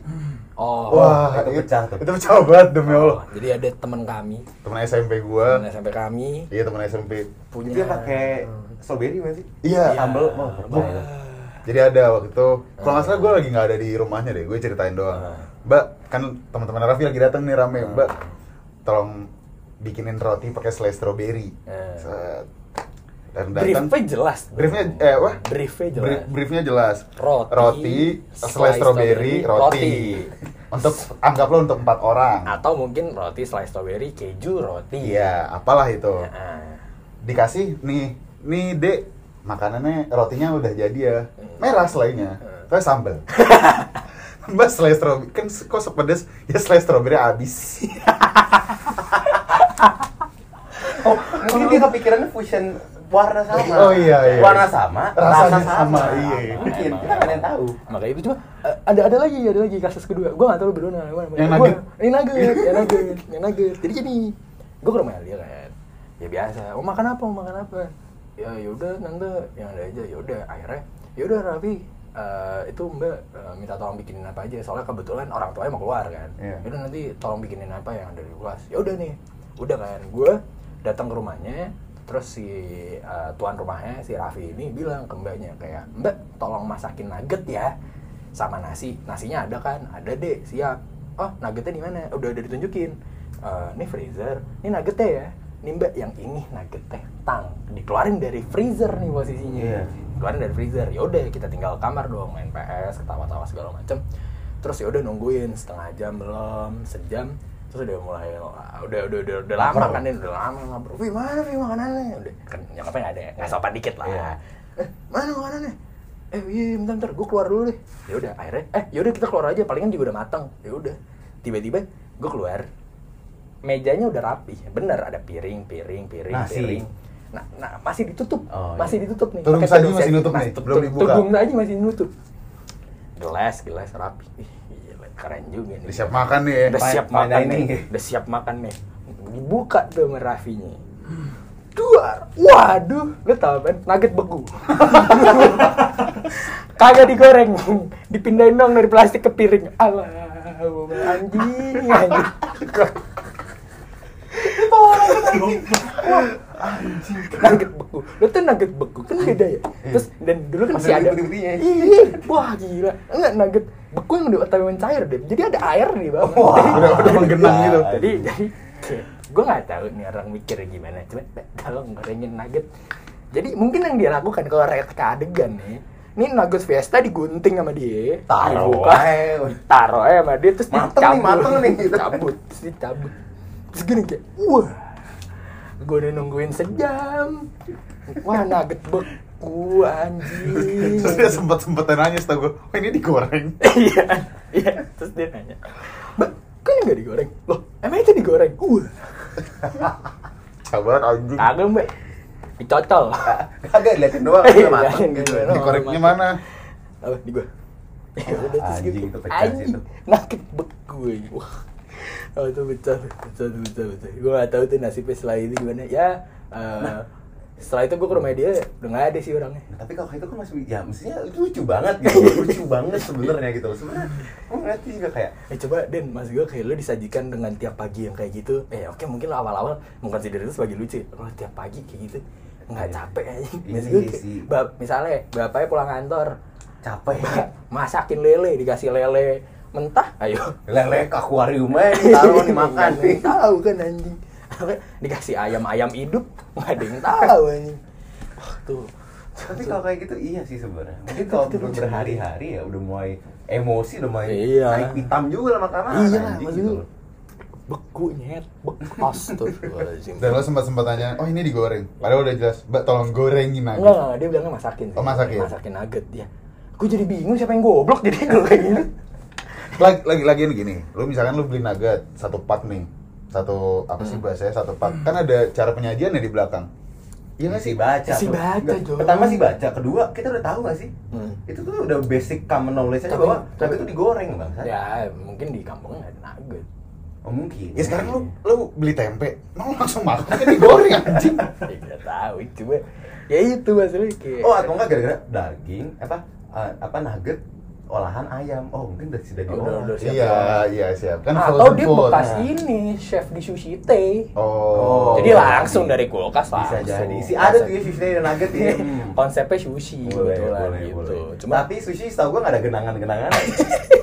Oh.
Wah, itu pecah tuh.
Itu pecah banget demi
oh,
Allah.
Jadi ada teman kami,
Temen SMP
teman
gue.
SMP kami
Iya, temen SMP.
punya
Dia pakai strawberry nggak
[LAUGHS]
sih?
Iya.
Sambel, oh,
Wah.
boleh.
Jadi ada waktu itu, kalau nggak salah gue lagi nggak ada di rumahnya deh, gue ceritain doang. Mbak, kan teman-teman Raffi lagi datang nih rame, Mbak, tolong bikinin roti pakai selai strawberry.
Eh.
Set. Dan datang.
Briefnya jelas.
Briefnya, eh, wah,
Briefnya jelas.
Brief- briefnya jelas.
Roti,
selai
selai
strawberry,
strawberry,
roti.
[LAUGHS] roti.
Untuk anggaplah untuk empat orang.
Atau mungkin roti slice strawberry, keju, roti.
Iya, apalah itu.
Ah.
dikasih nih nih dek makanannya rotinya udah jadi ya merah selainnya
Hmm.
tapi
[LAUGHS]
sambel mbak selai strawberry kan se- kok sepedes ya selai strawberry
[LAUGHS]
abis
Oh, mungkin dia kepikirannya fusion warna sama.
Oh, iya, iya.
Warna sama, rasa
Rasanya
sama.
sama, iya.
Mungkin
Emang,
kita nggak ada yang tahu.
Makanya itu cuma eh, ada ada lagi ada lagi kasus kedua. Gua gak tahu lu berdua yang
Yang
mana. Gua-
nugget.
Yang [LAUGHS] nugget, yang nugget, yang nugget. Jadi gini, gua ke rumah dia kan. Ya biasa, mau makan apa, mau makan apa. Ya yaudah tante, yang ada aja. Yaudah akhirnya, yaudah Raffi, eh, itu mbak eh, minta tolong bikinin apa aja soalnya kebetulan orang tuanya mau keluar kan
Iya.
yaudah nanti tolong bikinin apa yang ada di kelas yaudah nih udah kan gue datang ke rumahnya terus si eh, tuan rumahnya si Raffi ini bilang ke mbaknya kayak mbak tolong masakin nugget ya sama nasi nasinya ada kan ada deh siap oh nuggetnya di mana udah udah ditunjukin Eh, ini freezer ini nuggetnya ya nih mbak yang ini nuggetnya tang dikeluarin dari freezer nih posisinya
Iya.
keluarin dari freezer yaudah kita tinggal kamar dong main PS ketawa-tawa segala macem terus yaudah nungguin setengah jam belum sejam terus udah mulai ah, udah udah udah, udah lama kan ini udah lama lama bro Wih mana Wih makanannya udah kan nyokapnya nggak ada ya, nggak sopan dikit lah
Iya.
eh mana makanannya eh iya iya, bentar bentar gue keluar dulu deh yaudah akhirnya eh yaudah kita keluar aja palingan juga udah matang yaudah tiba-tiba gue keluar mejanya udah rapi bener ada piring piring piring
Nasi.
piring nah, nah masih ditutup
Oh,
masih
iya.
ditutup nih
Tudung
Pakai
saji
tudung
masih nutup nih,
tub-
belum
tub-
dibuka.
tudung saji masih nutup gelas gelas rapi Ih, gila, keren juga nih
udah siap makan nih ya
udah
Fine-
siap
fine
makan nih
dining.
udah siap makan nih dibuka tuh sama Raffinya dua waduh lu tau kan nugget beku kagak digoreng dipindahin dong dari plastik ke piring alah anjing anjing [LAUGHS] nugget beku lu tuh nugget beku kan beda ya terus dan dulu kan masih
Masih ada
ada
putih-putihnya ya?
iya wah gila enggak nugget beku yang udah otak cair deh jadi ada air di bawah [LAUGHS]
udah udah menggenang gitu
jadi jadi Oke. Gue nggak tahu nih orang mikirnya gimana. Cuma [LAUGHS] t- tolong gorengin nugget. Jadi mungkin yang dia lakukan kalau reka adegan nih, ini nugget Fiesta digunting sama dia,
Taruh
dibuka,
aja.
taruh aja sama dia terus
Mateng
dicabut.
nih, mateng
[LAUGHS]
nih, gitu.
Dicabut, terus dicabut. Terus gini kayak, wah, gue udah nungguin sejam. Wah nugget beku anjing.
[LAUGHS] Terus dia sempet-sempetan nanya setahu gue, oh ini digoreng.
[LAUGHS] Iya, iya. Terus dia nanya, Mbak, kok ini nggak digoreng? Loh, emang itu digoreng? Wah,
Sabar anjing.
kagak mbak. Dicocol.
[LAUGHS] Kagak liatin doang, udah
Iya,
mateng
iya,
gitu.
iya.
Dikoreknya mana?
[LAUGHS] Apa, di gua? Ya udah, terus
Iya, Anjing,
gitu.
itu pecah sih
Anjing,
itu.
nakit beku ini. Wah, oh, itu pecah, pecah, pecah, pecah. Gue gak tau tuh nasibnya setelah itu gimana. Ya, eh, setelah itu gue ke rumah dia, udah gak ada sih orangnya.
Nah, tapi kalau kayak itu kan masih ya mestinya itu lucu banget
[LAUGHS]
gitu lucu banget sebenarnya gitu sebenarnya gue ngerti juga kayak
Eh coba Den, mas gue kayak lu disajikan dengan tiap pagi yang kayak gitu Eh oke mungkin lo awal-awal mengkonsider itu sebagai lucu Lo tiap pagi kayak gitu nggak
Iya.
capek aja
Iya
Mas gue
sih.
kayak, bap- misalnya bapaknya pulang kantor
capek
Bap, Masakin lele, dikasih lele mentah Ayo
lele ke akuariumnya taruh
Iya,
nih makan
Nggak ada
nih
yang tahu kan anjing Apa, Dikasih ayam-ayam hidup Nggak ada yang tahu anjing Iya, Wah tuh
tapi kalau kayak gitu iya sih sebenarnya mungkin kalau
Itu
udah
lucu.
berhari-hari ya udah mulai emosi udah mulai
Iya.
naik hitam juga lah makanan
Iya,
anjing
maksud
gitu
gue.
loh
Beku nyet, bekas tuh Astagfirullahaladzim.
Dan lo sempet-sempet tanya, oh ini digoreng. Padahal udah jelas, mbak tolong gorengin aja.
Enggak, enggak, enggak, dia bilangnya masakin sih.
Oh, masakin.
Masakin nugget, ya. Gue jadi bingung siapa yang goblok jadi kalau kayak gitu.
Lagi, lagi lagian gini, lo misalkan lo beli nugget satu part nih, satu apa
Hmm.
sih bahasanya satu part, kan ada cara penyajiannya di belakang. Iya nggak
si
sih?
baca
Si
tuh.
baca,
Nggak,
Jo.
pertama si baca kedua kita udah tahu gak sih
Hmm.
itu tuh udah basic common knowledge aja
Tapi-
bahwa
tapi-
tapi itu digoreng bang
Ya, mungkin di kampung nggak ada nugget.
oh, mungkin
Ya sekarang lo lo beli tempe, mau langsung makan kan digoreng anjing.
Ya, nggak tahu, cuma ya itu maksudnya kayak.
Oh atau enggak gara-gara daging apa eh, apa nugget olahan ayam. Oh mungkin dari si daging olahan.
Udah, udah, siap.
Iya iya siap. Kan
atau
frozen
dia
food.
bekas
nah.
ini chef di sushi teh.
Oh,
Oh.
jadi
bisa
langsung
jadi.
dari kulkas
Bisa
langsung. Iya, Oh,
jadi. Si ada tuh ya
[LAUGHS]
sushi dan nugget ya. Hmm.
Konsepnya sushi
Boleh,
kebetulan
boleh,
gitu.
boleh.
Cuma
Tapi sushi setahu gua nggak ada genangan-genangan.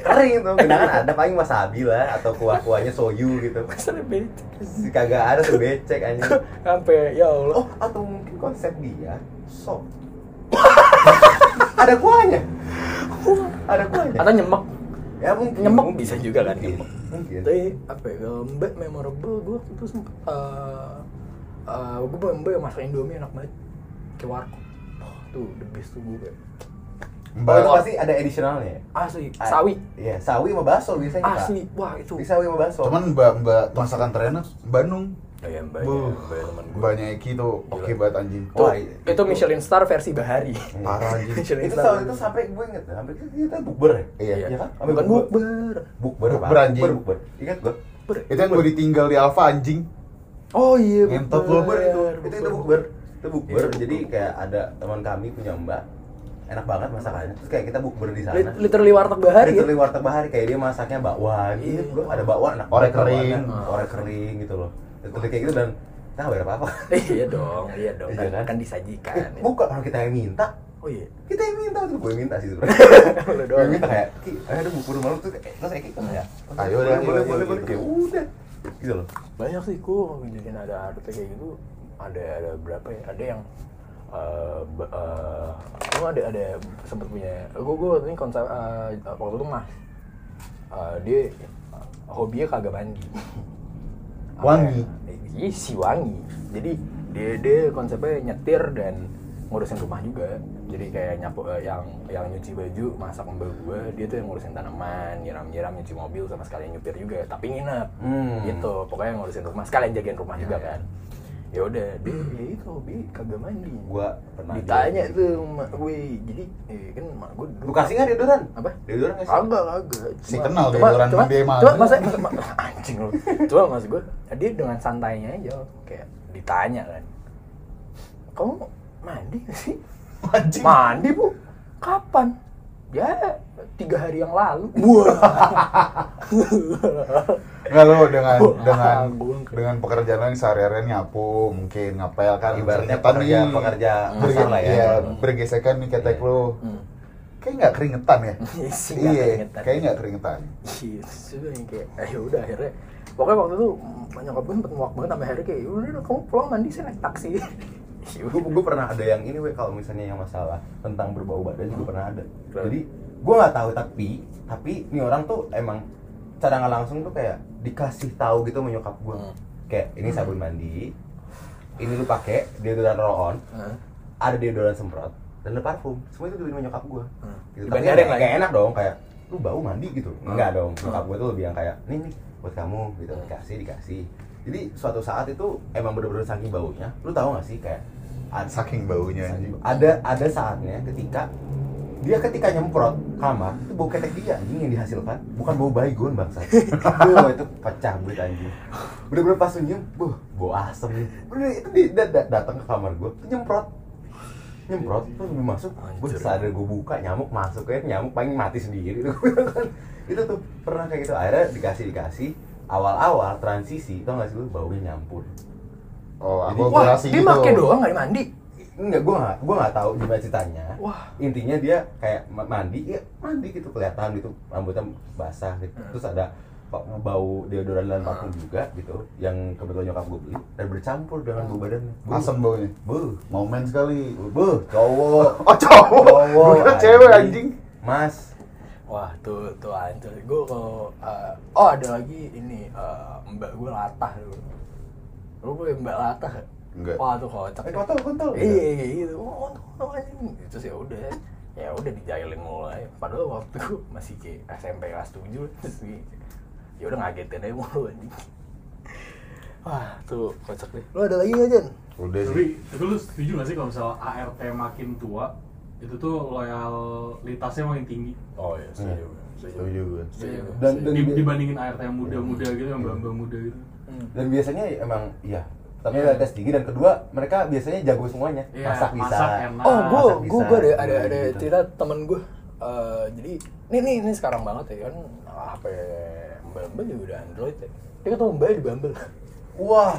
Kering tuh, genangan ada paling wasabi lah atau kuah-kuahnya soyu gitu.
masalah becek.
Si kagak ada tuh becek anjing.
[LAUGHS] Sampai ya
Oh,
Allah.
atau mungkin konsep dia sop. [LAUGHS] ada kuahnya. Ada kuahnya.
Atau nyemek.
ya mungkin.
nyemek
mungkin.
bisa juga kan,
Mungkin.
nyemek.
Mungkin.
Tapi apa ya, kalau mbak memorable gue waktu itu sempet eh eh, Gue bawa mbak yang masak indomie enak banget Ke warkop Wah, Tuh the best tuh gue
Oh, itu
Mbak,
pasti ada additionalnya ya?
Asli,
Ah,
sawi
Iya, sawi sama bakso biasanya, Pak.
Asli, wah itu
Di sawi sama bakso.
cuman mbak mbak masakan terenak Bandung.
Ya, mbak,
Buh, mbaknya Eki tuh oke banget anjing.
Itu,
Wah, iya.
itu,
itu-
Michelin Star versi Bahari
Parah anjing.
[LAUGHS]
Michelin
itu
Star
sawi itu sampai gue inget, sampai kita bukber ya?
Iya.
Iya kan? Sampai
Bukan bukber
Bukber, Pak.
Bukber, anjing.
Bukber, bukber. Ingat gue?
Bukber.
Itu yang gue ditinggal di Alfa anjing.
Oh iya
Ngentot lu,
Bukber itu, itu itu bukber. Itu bukber.
Iya, bukber.
Jadi kayak ada teman kami punya mbak enak banget masakannya. Terus kayak kita bukber di sana.
Lit- Literally warteg Bahari ya
Literally warteg bahari kayak dia masaknya bakwan.
Iya.
Iya, gue ada bakwan enak.
Orek
banget bakwannya.
kering.
Orek kering gitu loh. Literally kayak gitu dan kita nggak bayar apa-apa.
[LAUGHS] Iya dong, iya dong
Iya
Kan,
kan?
kan
[LAUGHS]
disajikan ya.
Bukan orang kita yang minta,
Oh iya
kita yang minta tuh gue yang minta sih
[LAUGHS]
sebenarnya
Lu
gue
doang.
yang minta kayak ki ayo dong buku malam tuh kayak terus kayak kita ya boleh
Ayo dong,
boleh
ayo,
boleh
ayo,
boleh
gitu.
kayak udah gitu loh
banyak sih kok bikin ada art kayak gitu ada ada berapa ya ada yang eh ba- eh, gua ada ada sempat punya gue gue ini konsep eh, waktu itu mas Eh, dia eh, hobinya kagak mandi Apa
Wangi.
ya? iya si wangi jadi dia dia konsepnya nyetir dan ngurusin rumah juga jadi kayak nyapu eh, yang yang nyuci baju masak mbak gue dia tuh yang ngurusin tanaman nyiram nyiram nyuci mobil sama sekalian nyupir juga tapi nginep
Hmm. Iya,
gitu pokoknya ngurusin rumah sekalian jagain rumah juga kan ya udah dia ya itu hobi kagak mandi
gue pernah
ditanya tuh mak gue jadi eh, kan mak gue dulu-
lu kasih nggak deodoran
apa
deodoran kasih
kagak kagak
Si
Cuma-
kenal
cuma-
deodoran
cuma
mandi emang.
cuma [LAUGHS] masa masa- anjing lu cuma mas gue dia dengan santainya aja kayak ditanya kan kamu mandi nggak sih
Anjing.
mandi bu kapan ya tiga hari yang lalu wah
Enggak lo dengan
Wah,
dengan
gua-
dengan pekerjaan lo yang sehari-harian nyapu, mungkin ngepel kan
Ibaratnya
keringetan
pekerja-
nih.
pekerja
Berge-
kasar lah ya.
Iya, bergesekan nih ketek lo.
[LAUGHS] Hmm.
Kayak nggak keringetan ya?
[LAUGHS] Iya sih, nggak
Iya,
keringetan.
kayak nggak keringetan.
Iya, terus gue yang kayak, eh udah akhirnya pokoknya waktu itu mm, nyokap gue sempet muak banget sampai akhirnya kayak udah udah, kamu pulang mandi saya naik taksi [LAUGHS] Ya
gue gue pernah ada yang ini weh kalau misalnya yang masalah tentang berbau badan juga pernah ada
Kenapa?
jadi gue nggak tahu tapi tapi ini orang tuh emang cara nggak langsung tuh kayak dikasih tahu gitu menyokap gue
Hmm.
kayak ini sabun mandi ini lu pakai deodoran roll on
Heeh.
ada deodoran semprot dan ada parfum semua itu dibeliin menyokap gue
Hmm.
gitu. tapi
Dibayarin
kayak-
lagi.
kayak enak dong kayak lu bau mandi gitu
Hmm.
enggak dong
Hmm.
nyokap gue tuh lebih yang kayak nih nih buat kamu gitu
Hmm.
dikasih dikasih jadi suatu saat itu emang bener-bener saking baunya lu tahu gak sih kayak ada,
Ah, saking baunya anjing.
ada ada saatnya ketika dia ketika nyemprot kamar itu bau ketek dia anjing yang dihasilkan bukan bau baygon bangsa Duh, itu pecah buat anjing bener-bener pas lu nyium buh, bau asem nih bener itu dia da- da- datang ke kamar gua tuh nyemprot nyemprot terus gue masuk gue
Anjir.
sadar gue buka nyamuk masuk kayak nyamuk paling mati sendiri [LAUGHS] tuh itu tuh pernah kayak gitu akhirnya dikasih dikasih awal-awal transisi tau gak sih lu baunya nyampur
Oh,
Jadi,
aku
wah,
wah
operasi
dia
gitu.
make doang nggak mandi
Enggak, gue gak, gua gak tahu gimana ceritanya
Wah.
Intinya dia kayak ma- mandi, ya mandi gitu kelihatan gitu Rambutnya basah gitu Terus ada pa- bau deodoran dan parfum juga gitu Yang kebetulan nyokap gue beli Dan bercampur dengan bau badannya Buh,
Asam baunya.
Buh,
Mau men sekali. [LAUGHS]
buh, buh, cowok
Oh, cowok. Gua kira cewek anjing.
Mas,
Wah tuh tuh hancur. Gue kalau eh, oh ada lagi ini eh, mbak gue latah dulu. Lu punya mbak latah? nggak?
Enggak.
Wah tuh kocak.
eh kontol, kontol
Iya iya iya, gitu. Oh, kontol, kontol, anjing. Terus ya udah ya udah dijailin mulai. Padahal waktu gua masih kayak SMP kelas 7 terus kayak, ya udah ngagetin aja mulu anjing. Wah tuh kocak deh. Lu ada lagi nggak Jan?
Udah
Tapi,
sih.
tapi lu setuju gak sih kalau misalnya ART makin tua itu tuh loyalitasnya makin tinggi
Oh iya
setuju.
Setuju gue.
Iya.
Dan- dan-
Dib- dibandingin ART yang muda-muda gitu, yang bambang muda gitu.
Dan biasanya emang, iya Pertama tes tinggi dan kedua mereka biasanya jago semuanya
Iya,
Masak bisa
masak enak.
Oh, gue
Masak
gue
bisa,
ada ada ada
gitu.
cerita temen gue. Eh, jadi ini nih ini sekarang banget ya kan HP Bumble juga udah Android ya. Dia ketemu Mbak di Bumble. [LAUGHS]
Wah,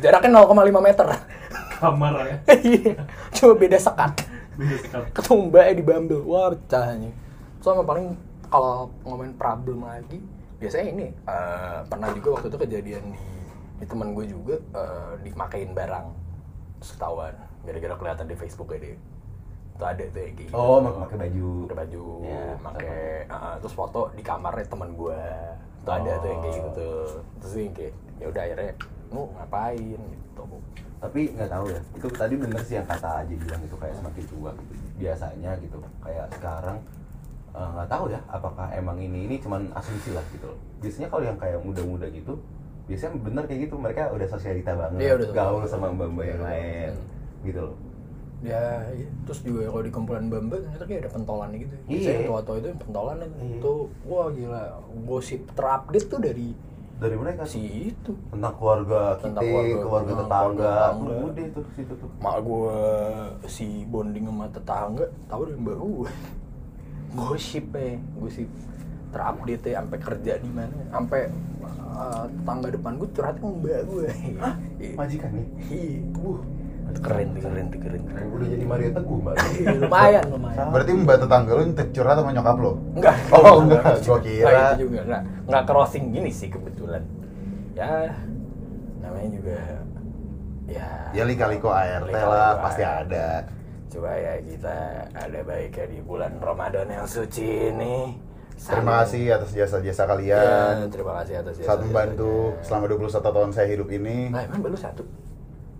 Jaraknya 0,5 meter. [LAUGHS]
Kamar ya,
Iya. Cuma beda sekat.
beda sekat.
Ketemu Mbak di Bumble. Wah, pecahnya. Soalnya paling kalau ngomongin problem lagi, biasanya ini eh, pernah juga waktu itu kejadian di di teman gue juga eh, dimakein barang Terus ketahuan gara-gara kelihatan di Facebook ya dia. Itu ada tuh yang kayak gitu.
oh mak- pakai baju
pakai baju,
Ya,
pakai ah, terus foto di kamarnya teman gua. Tuh ada tuh yang kayak
Oh.
gitu tuh. Terus yang kayak ya udah akhirnya lu ngapain gitu.
tapi nggak tahu ya itu tadi bener sih yang kata aja bilang itu kayak semakin tua gitu biasanya gitu kayak sekarang eh, nggak tahu ya apakah emang ini ini cuman asumsi lah gitu loh. biasanya kalau yang kayak muda-muda gitu biasanya bener kayak gitu mereka udah sosialita banget
Iya, udah Iya, sosialita.
gaul sama mbak-mbak yang lain gitu loh
Ya, iya. terus juga kalau di kumpulan Bamba ternyata kayak ada pentolan gitu.
Iya.
Biasanya yang tua-tua itu yang pentolan itu.
Iya.
Tuh, wah gila, gosip terupdate tuh dari
dari
Nah.
mereka sih
si itu.
tentang keluarga kita
Tentang keluarga,
keluarga
tentang
tetangga
keluarga
tuh
tetangga.
udah tuh situ tuh
Mak gua si bonding sama tetangga tahu dari mbak gua. Gosip ya, gosip terupdate ya, sampai kerja di mana, sampai uh, tetangga depan gua curhat sama mbak gua. Hah?
majikan nih
Iya. Wuh, keren tuh, keren tuh, keren. keren.
udah jadi Mario Teguh mbak
Iya, [LAUGHS] lumayan, lumayan.
Berarti mbak tetangga lu yang curhat sama nyokap lo?
Enggak.
Oh, enggak. Gua kira.
Nah, itu juga enggak. Enggak crossing gini sih kebetulan. Ya namanya juga ya.
Ya lika-liko ART
lika-liko
lah, pasti
ART.
ada.
Coba ya kita ada baiknya di bulan Ramadan yang suci ini.
Terima
Saling-
kasih atas jasa-jasa
Ya,
kalian.
terima kasih atas
Saat membantu
jasa-jasanya.
selama 21 tahun saya hidup ini.
Nah, emang baru satu.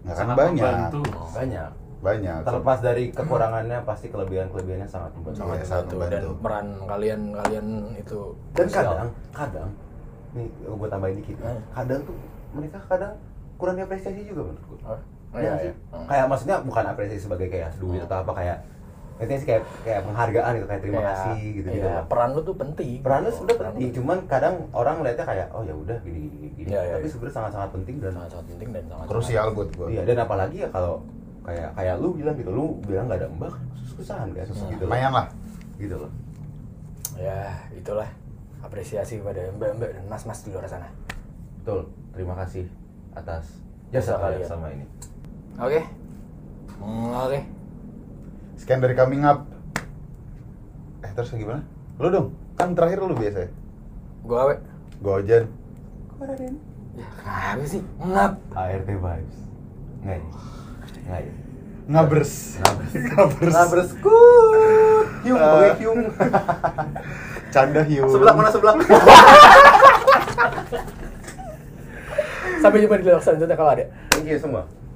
Nggak kan
Sangat
banyak.
membantu.
Oh.
banyak
Ya,
Banyak.
terlepas dari kekurangannya pasti kelebihan kelebihannya sangat membantu
Sangat sangat
dan
membantu.
peran kalian kalian itu
dan
krusial.
kadang kadang nih gue tambahin dikit ya.
Hmm.
kadang tuh mereka kadang kurang diapresiasi juga menurut gue
Hah?
Iya
Iya,
nggak
iya.
sih? kayak maksudnya bukan apresiasi sebagai kayak duit atau apa kayak intinya sih kayak kayak penghargaan gitu kayak terima
Kayak,
kasih gitu gitu
iya, Peran lu tuh penting.
peran lu
Gitu.
sebenarnya
Peran lu
penting Ya, cuman kadang orang ngeliatnya kayak oh ya udah gini gini gini
Iya, iya,
tapi
iya.
sebenarnya sangat sangat penting dan
sangat sangat penting dan sangat
Krusial buat gue.
iya dan apalagi ya kalau kayak kayak lu bilang gitu lu bilang nggak ada mbak susahan kan
Susah.
gitu loh.
Lumayan lah.
gitu loh
ya itulah apresiasi kepada mbak-mbak dan mas-mas di luar sana
betul terima kasih atas jasa
Jasa
kalian Ya,
kalian.
sama ini
oke Hmm, oke
Sekian dari coming up. Eh terus gimana? Lu dong. Kan terakhir lu biasa ya?
gua awe
Gojen.
Ya, Kenapa sih? Ngap.
ART vibes nggak ya nggak ya
Ngabers.
Ngabers.
Ngabers.
Ngabers, kut. Hiung,
Eh.
pokoknya hiung.
Canda hiu.
Sebelah mana sebelah?
Sampai jumpa di vlog selanjutnya kalau ada.
Thank you semua.